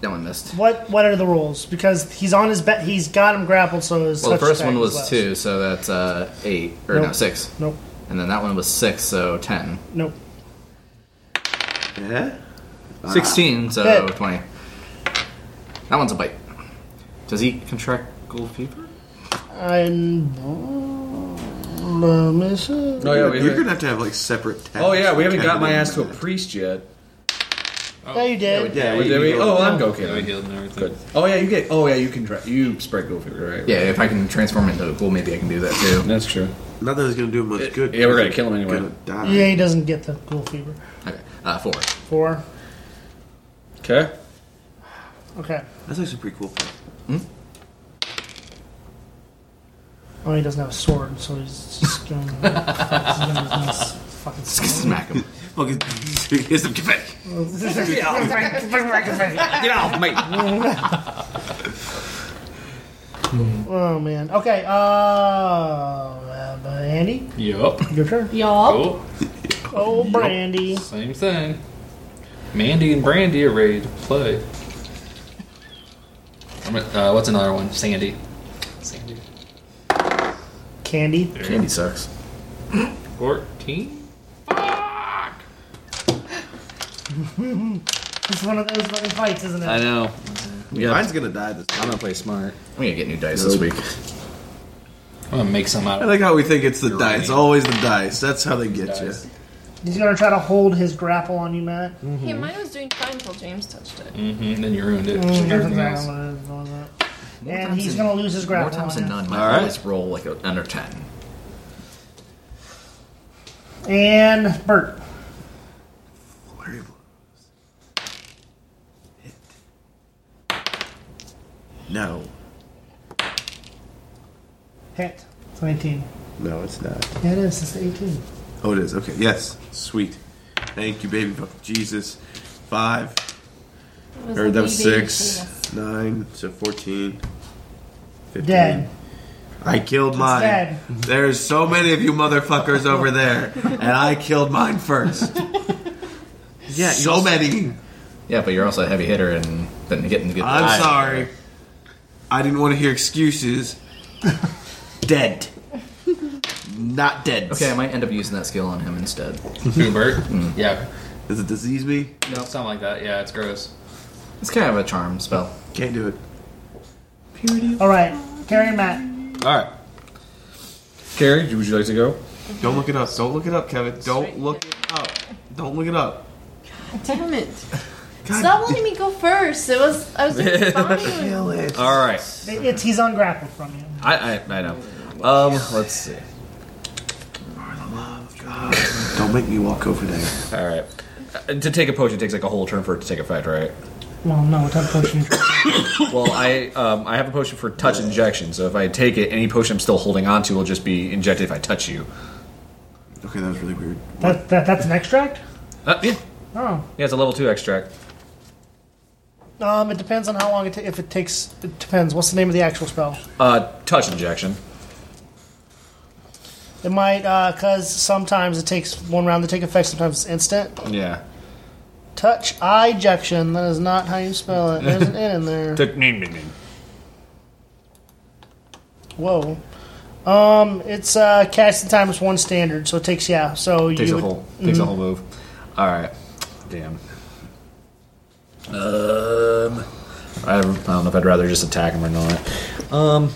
S5: That one missed.
S4: What what are the rules? Because he's on his bet. He's got him grappled. So his
S5: Well, the
S4: touch
S5: first
S4: attack
S5: one
S4: is
S5: was
S4: less.
S5: two, so that's uh, eight or no
S4: Nope.
S5: six,
S4: Nope.
S5: and then that one was six, so ten.
S4: Nope.
S1: Yeah?
S5: Sixteen, so
S4: Ah. Hit.
S5: twenty. That one's a bite. Does he contract gold fever?
S4: I'm. Let me see.
S3: Oh yeah, we
S1: You're gonna have to have like separate tabs.
S3: Oh yeah, we haven't got my
S1: Tab-
S3: ass to a priest yet.
S4: Oh. Yeah, you did.
S1: Yeah, we
S3: Did we-
S1: did.
S3: Oh, I'm
S14: Yeah, we
S3: okay.
S14: healed and everything.
S3: Oh yeah, you get. Oh yeah, you can. Dra- you spread go fever, right?
S5: Yeah, if I can transform into a gold, maybe I can do that too.
S3: that's true.
S1: Not that it's gonna do much good.
S3: yeah, we're gonna kill him
S1: He's
S3: anyway.
S1: Gonna die.
S4: Yeah, he doesn't get the cool fever.
S5: Okay, uh, four.
S4: Four.
S3: Okay.
S4: Okay.
S1: That's actually pretty cool.
S4: Oh, he doesn't have a sword, so he's just going to. fucking sword.
S3: Smack him.
S17: Look, here's some confetti.
S3: Get off, mate.
S4: Oh, man. Okay, uh. uh, Andy,
S14: Yup.
S4: your turn.
S2: Y'all.
S14: Oh,
S4: Oh, Brandy.
S14: same thing. Mandy and Brandy are ready to play. I'm gonna- Uh, what's another one? Sandy. Sandy.
S4: Candy.
S3: Candy sucks.
S14: 14?
S4: It's one of those fucking fights, isn't it?
S5: I know.
S3: Yeah,
S1: Mine's gonna die this time.
S5: I'm gonna play smart.
S3: I'm gonna get new dice this week.
S14: I'm gonna make some out
S1: I
S14: of it.
S1: like how we think it's the dice. Always the dice. That's how they get you.
S14: Dice.
S4: He's going to try to hold his grapple on you, Matt.
S9: Hey,
S1: Hmm.
S9: mine was doing fine until James touched it.
S14: Mm-hmm, then you ruined it.
S4: Mm, nothing's
S14: Everything else.
S4: wrong with it, wrong with it.
S3: More
S4: And
S3: times
S4: he's
S3: than-
S4: going to lose his grapple
S3: More times
S4: on
S3: than
S4: it.
S3: none.
S1: All
S3: My
S1: right.
S3: always roll like a, under ten.
S4: And Bert.
S1: No.
S4: Hit. It's 19.
S1: No, it's not.
S4: Yeah, it is. It's 18.
S1: Oh, it is. Okay. Yes. Sweet. Thank you, baby. fucking Jesus. Five.
S9: was
S1: Or
S9: a
S1: that was
S9: baby
S1: six.
S9: penis.
S1: Nine. So 14. 15.
S4: Dead.
S1: I killed mine.
S4: dead.
S1: There's so many of you motherfuckers over there, and I killed mine first. yeah, so many.
S3: Yeah, but you're also a heavy hitter and then getting to get.
S1: I'm
S3: I-
S1: sorry. I didn't want to hear excuses. dead. Not dead.
S3: Okay, I might end up using that skill on him instead.
S14: Who, Bert?
S1: Mm.
S14: Yeah.
S1: Does it disease me?
S14: No, something like that. Yeah, it's gross.
S3: It's kind of a charm spell.
S1: Can't do it.
S4: All right. Carrie and Matt.
S1: All right.
S5: Carrie, would you like to go?
S1: Don't look it up. Don't look it up, Kevin. Don't look it up. Don't look it up.
S9: Damn it. Stop letting me go first. It was I was doing fine.
S1: Kill it.
S5: All right.
S4: It's, he's ungrappled from you.
S5: I I, I know. Um, let's see.
S1: Don't make me walk over there.
S5: All right. Uh, to take a potion takes like a whole turn for it to take effect, right?
S4: Well, no, what type of potion?
S5: Well, I um, I have a potion for touch injection, so if I take it, any potion I'm still holding onto will just be injected if I touch you.
S1: Okay, that was really weird.
S4: that, that, that's an extract?
S5: Uh, yeah,
S4: Oh.
S5: yeah, it's a level two extract.
S4: Um, it depends on how long it ta- if it takes. It depends. What's the name of the actual spell?
S5: Uh, touch injection.
S4: It might, uh 'cause cause sometimes it takes one round to take effect. Sometimes it's instant.
S5: Yeah.
S4: Touch eye ejection. That is not how you spell it. There's an N in there.
S5: Took name name name.
S4: Whoa. Um, it's uh, casting time is one standard, so it takes yeah. So
S5: Takes
S4: you
S5: a
S4: would-
S5: whole takes a whole move. All right. Damn. Um, I, I don't know if I'd rather just attack him or not. Um.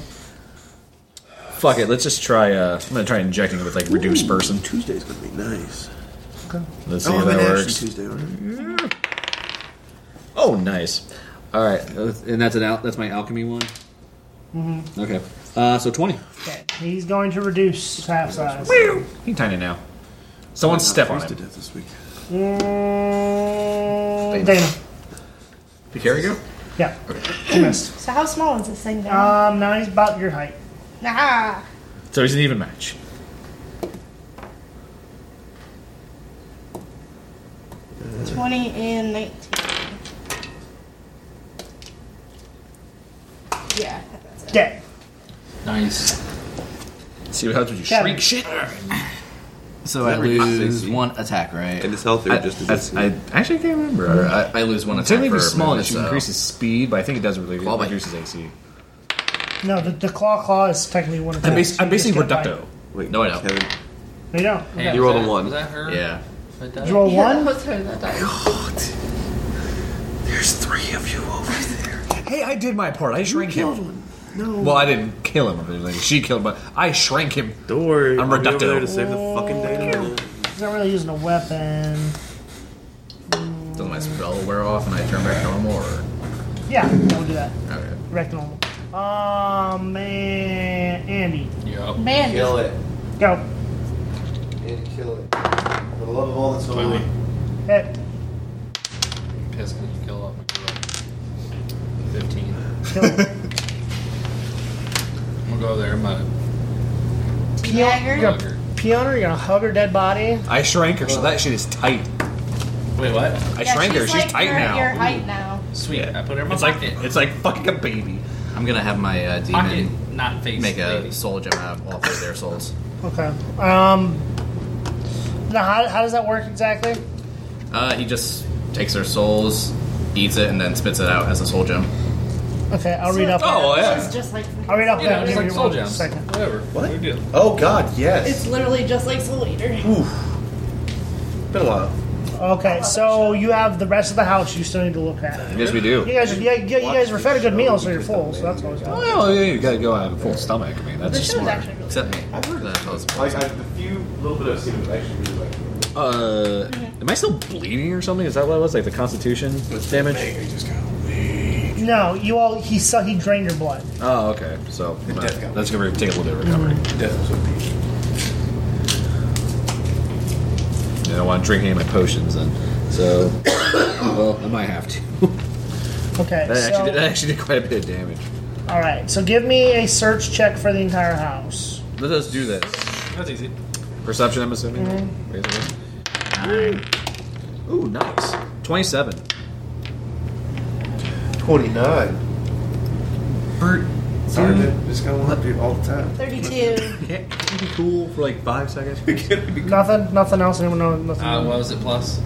S5: Fuck it. Let's just try. Uh, I'm gonna try injecting it with like reduced person.
S1: Tuesday's gonna be nice.
S5: Let's see
S1: Oh, I'm
S5: if
S1: in
S5: that
S1: Ashley
S5: works.
S1: Tuesday. Right?
S5: Oh, nice. All right, uh, and that's an al- that's my alchemy one. Mm-hmm. Okay, uh, so twenty.
S4: Okay. He's going to reduce half size.
S5: He tiny now. Someone step on
S1: Freeze to
S5: him.
S1: death this week.
S4: Mm, Dana.
S3: Did Carrie go?
S4: Yeah. He missed.
S2: So how small is this thing now?
S4: Um, now he's about your height.
S2: nah.
S5: So he's an even match.
S2: Twenty and nineteen. Yeah. that's it.
S4: Dead.
S14: Nice.
S5: See what happens when you
S4: Kevin.
S5: shriek shit.
S3: So I
S1: reduced
S3: lose
S1: sixty?
S3: one attack, right?
S1: And it's healthy or
S5: I,
S1: just
S5: I- I actually can't remember.
S3: Or
S5: I,
S3: I, I lose one
S5: it's
S3: attack.
S5: only if
S3: for uh,
S5: he's small
S3: movement,
S5: enough, you
S3: so-
S5: increase his speed, but I think it does really
S3: Claw bite.
S5: reduce his AC.
S4: No, the, the claw claw is technically one attack.
S5: I'm, bas-
S4: so
S5: I'm
S4: you just
S5: basically
S4: get by.
S5: reducto.
S1: Wait,
S3: No, I don't.
S1: Kevin,
S4: No, you don't.
S14: Hey,
S1: You
S14: was
S1: rolled a
S14: that-
S1: one.
S14: Was that her?
S3: Yeah.
S14: That
S4: Did you roll
S9: Yeah, that
S4: one?
S9: was her that died.
S1: There's three of you over there.
S5: Hey, I did my part. I shrank him. No. Well, I didn't kill him. Like, she killed him, but I shrank him.
S1: Don't worry.
S5: I'm
S1: I'll be over
S5: reducto.
S1: there to save the fucking day. tomorrow.
S4: He's not really using a weapon.
S3: Doesn't my spell wear off and I turn back normal? Or
S4: Yeah, we'll do that.
S3: okay.
S4: Direct normal. Um, man. Andy.
S14: Yup.
S2: Mandy.
S1: Kill it.
S4: Go.
S1: And kill it. For the love of all that's holy.
S4: Hit.
S14: Pissed 'cause you killed off my girl. 15.
S4: Kill.
S2: Jagger?
S4: You're gonna pee on her. You're gonna hug her dead body.
S5: I shrank her, so that shit is tight.
S14: Wait, what?
S5: I
S2: Yeah,
S5: shrank her. She's
S2: like
S5: tight
S2: your,
S5: now.
S2: Your height now.
S14: Sweet. I put her in my
S5: It's like
S14: pocket.
S5: it's like fucking a baby.
S3: I'm gonna have my uh,
S14: pocket,
S3: demon
S14: not face.
S3: make a
S14: baby.
S3: soul gem out of all three of their souls.
S4: Okay. Um. Now, how, how does that work exactly?
S3: Uh, he just takes their souls, eats it, and then spits it out as a soul gem.
S4: Okay, I'll read up.
S5: Oh, yeah.
S2: It's just like.
S4: I'll read up.
S14: Yeah,
S4: that
S14: it's like
S4: in
S14: soul
S4: one
S14: gems.
S4: second.
S14: Whatever. What? No deal.
S18: Oh God, yes.
S2: It's literally just like Soul Eater.
S18: Been a while.
S4: Okay, so you have the rest of the house. You still need to look at.
S5: Yes, we do.
S4: You guys, yeah, yeah, you guys were fed a good meal, so you're full. So that's always good.
S5: Well, Oh, yeah, you gotta go have a full stomach. I mean, that's
S2: The
S5: just
S2: show's
S5: smart.
S2: actually really
S3: Except me. That was-
S1: Like I, the few little bit I've seen of it, I actually really like. it.
S5: Uh, am I still bleeding or something? Is that what it was? Like the Constitution damage?
S4: No, you all. He su- he drained your blood.
S5: Oh, okay. So
S18: death
S5: that's gonna take a little bit of recovery.
S18: Death was a piece.
S5: I don't want to drink any of my potions then. So, well, I might have to.
S4: Okay,
S5: That
S4: so
S5: actually, did, that actually did quite a bit of damage.
S4: all right. So give me a search check for the entire house.
S5: Let us do this.
S14: That's easy.
S5: Perception, I'm assuming. Basically. Ooh, nice. Twenty-seven.
S18: Twenty nine.
S5: Bert,
S18: Sorry, man. This guy wants to do it all the time.
S2: 32.
S5: can't you be cool for like five seconds?
S4: Nothing. Nothing else. Anyone know? Nothing.
S14: Uh, what was it plus?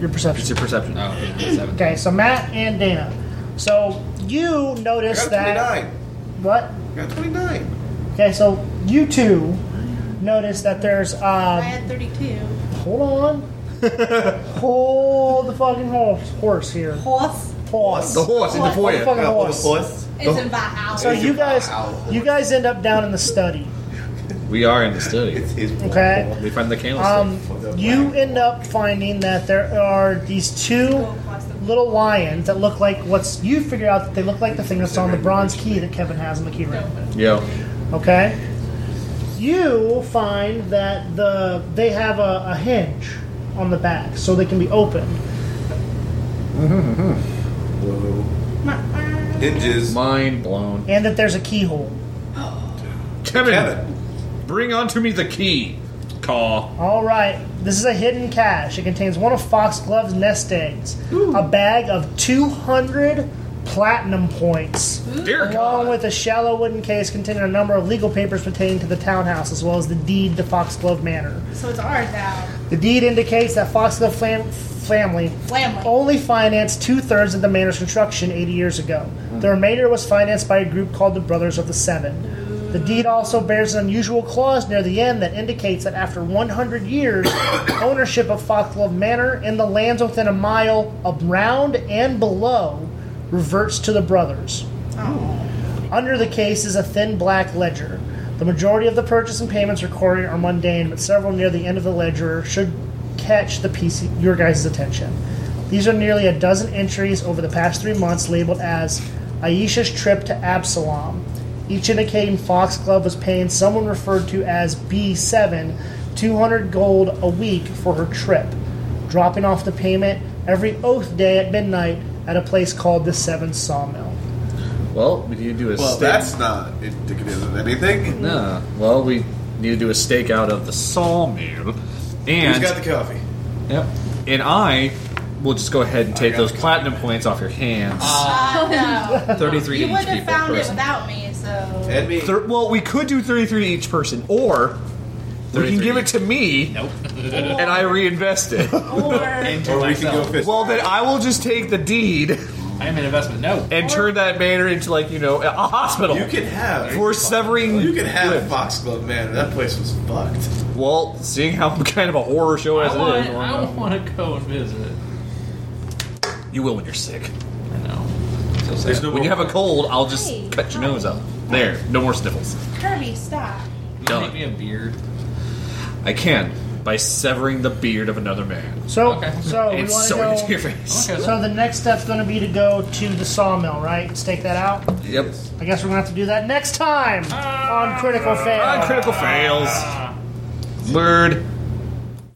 S4: your
S5: It's
S4: perception.
S5: your perception.
S14: Oh, okay, seven.
S4: Okay, so Matt and Dana. So you
S18: I
S4: notice
S18: got
S4: that
S18: twenty nine.
S4: what?
S18: I got twenty nine.
S4: Okay, so you two notice that there's
S2: I
S4: uh.
S2: had 32.
S4: Hold on. Hold the fucking horse, horse here.
S2: Horse
S4: Horse.
S5: The horse in the
S4: Hold the
S5: foyer.
S4: fucking horse.
S2: is
S5: Oh.
S2: in my house.
S4: So you guys, you guys end up down in the study.
S5: We are in the study.
S18: His
S4: Okay.
S5: We find the candlestick.
S4: Um, you end up finding that there are these two little lions that look like what's you figure out that they look like the thing that's on the bronze key that Kevin has in the key ring.
S5: Yo.
S4: Okay. You find that the they have a, a hinge on the back, so they can be opened.
S1: Hinges.
S5: Mind blown.
S4: and that there's a keyhole.
S5: Kevin,
S1: Kevin.
S5: bring onto me the key. Call.
S4: All right, this is a hidden cache. It contains one of Foxglove's nest eggs, a bag of 200 platinum points,
S5: Dear
S4: along
S5: God.
S4: with a shallow wooden case containing a number of legal papers pertaining to the townhouse, as well as the deed to Foxglove Manor.
S2: So it's ours now.
S4: The deed indicates that Foxglove fam- family
S2: Lamley.
S4: only financed two thirds of the manor's construction 80 years ago. The remainder was financed by a group called the Brothers of the Seven. The deed also bears an unusual clause near the end that indicates that after 100 years, ownership of Foxglove Manor and the lands within a mile around and below reverts to the brothers. Under the case is a thin black ledger. The majority of the purchase and payments recorded are mundane, but several near the end of the ledger should catch the PC, your guys' attention. These are nearly a dozen entries over the past three months labeled as Aisha's trip to Absalom, each indicating Foxglove was paying someone referred to as B7 200 gold a week for her trip, dropping off the payment every oath day at midnight at a place called the Seven Sawmill.
S5: Well, we need to do a
S1: Well,
S5: stake.
S1: that's not indicative of anything.
S5: no. Well, we need to do a stakeout of the sawmill.
S1: Who's
S5: And
S1: got the coffee?
S5: yep. And I will just go ahead and take those platinum points off your hands.
S2: Uh, no.
S5: Thirty-three
S2: You
S5: to each
S2: wouldn't have
S5: people
S2: found it
S5: person.
S2: without me, so.
S1: And me.
S5: Thir- well, we could do thirty-three to each person, or we
S14: 33
S5: can give it to me, and I reinvest it.
S2: Or.
S14: Into
S1: Or we can go
S14: myself.
S1: fish.
S5: well, then I will just take the deed
S14: I am an investment. No.
S5: and turn that banner into like you know a a hospital.
S1: you can have.
S5: for severing.
S1: You can have
S5: limbs.
S1: Foxglove Manor. That place was fucked.
S5: Well, seeing how kind of a horror show as
S14: I want,
S5: it is,
S14: I want to go and visit.
S5: you will when you're sick.
S14: I know. So
S1: There's
S14: sad.
S1: no
S5: When you have a cold, I'll just
S2: Hey,
S5: cut your
S2: hi.
S5: nose up. There, no more sniffles.
S2: Kirby, stop.
S14: Make me
S5: Done.
S14: a beard.
S5: I can by severing the beard of another man
S4: So,
S14: Okay.
S4: so we
S5: and
S4: want to
S5: sewing it to your
S4: go.
S5: face.
S14: Okay.
S4: So the next step's going to be to go to the sawmill, right? Stake that out.
S5: Yep.
S4: I guess we're going to have to do that next time on Critical Fail.
S5: Ah, critical fails. Word.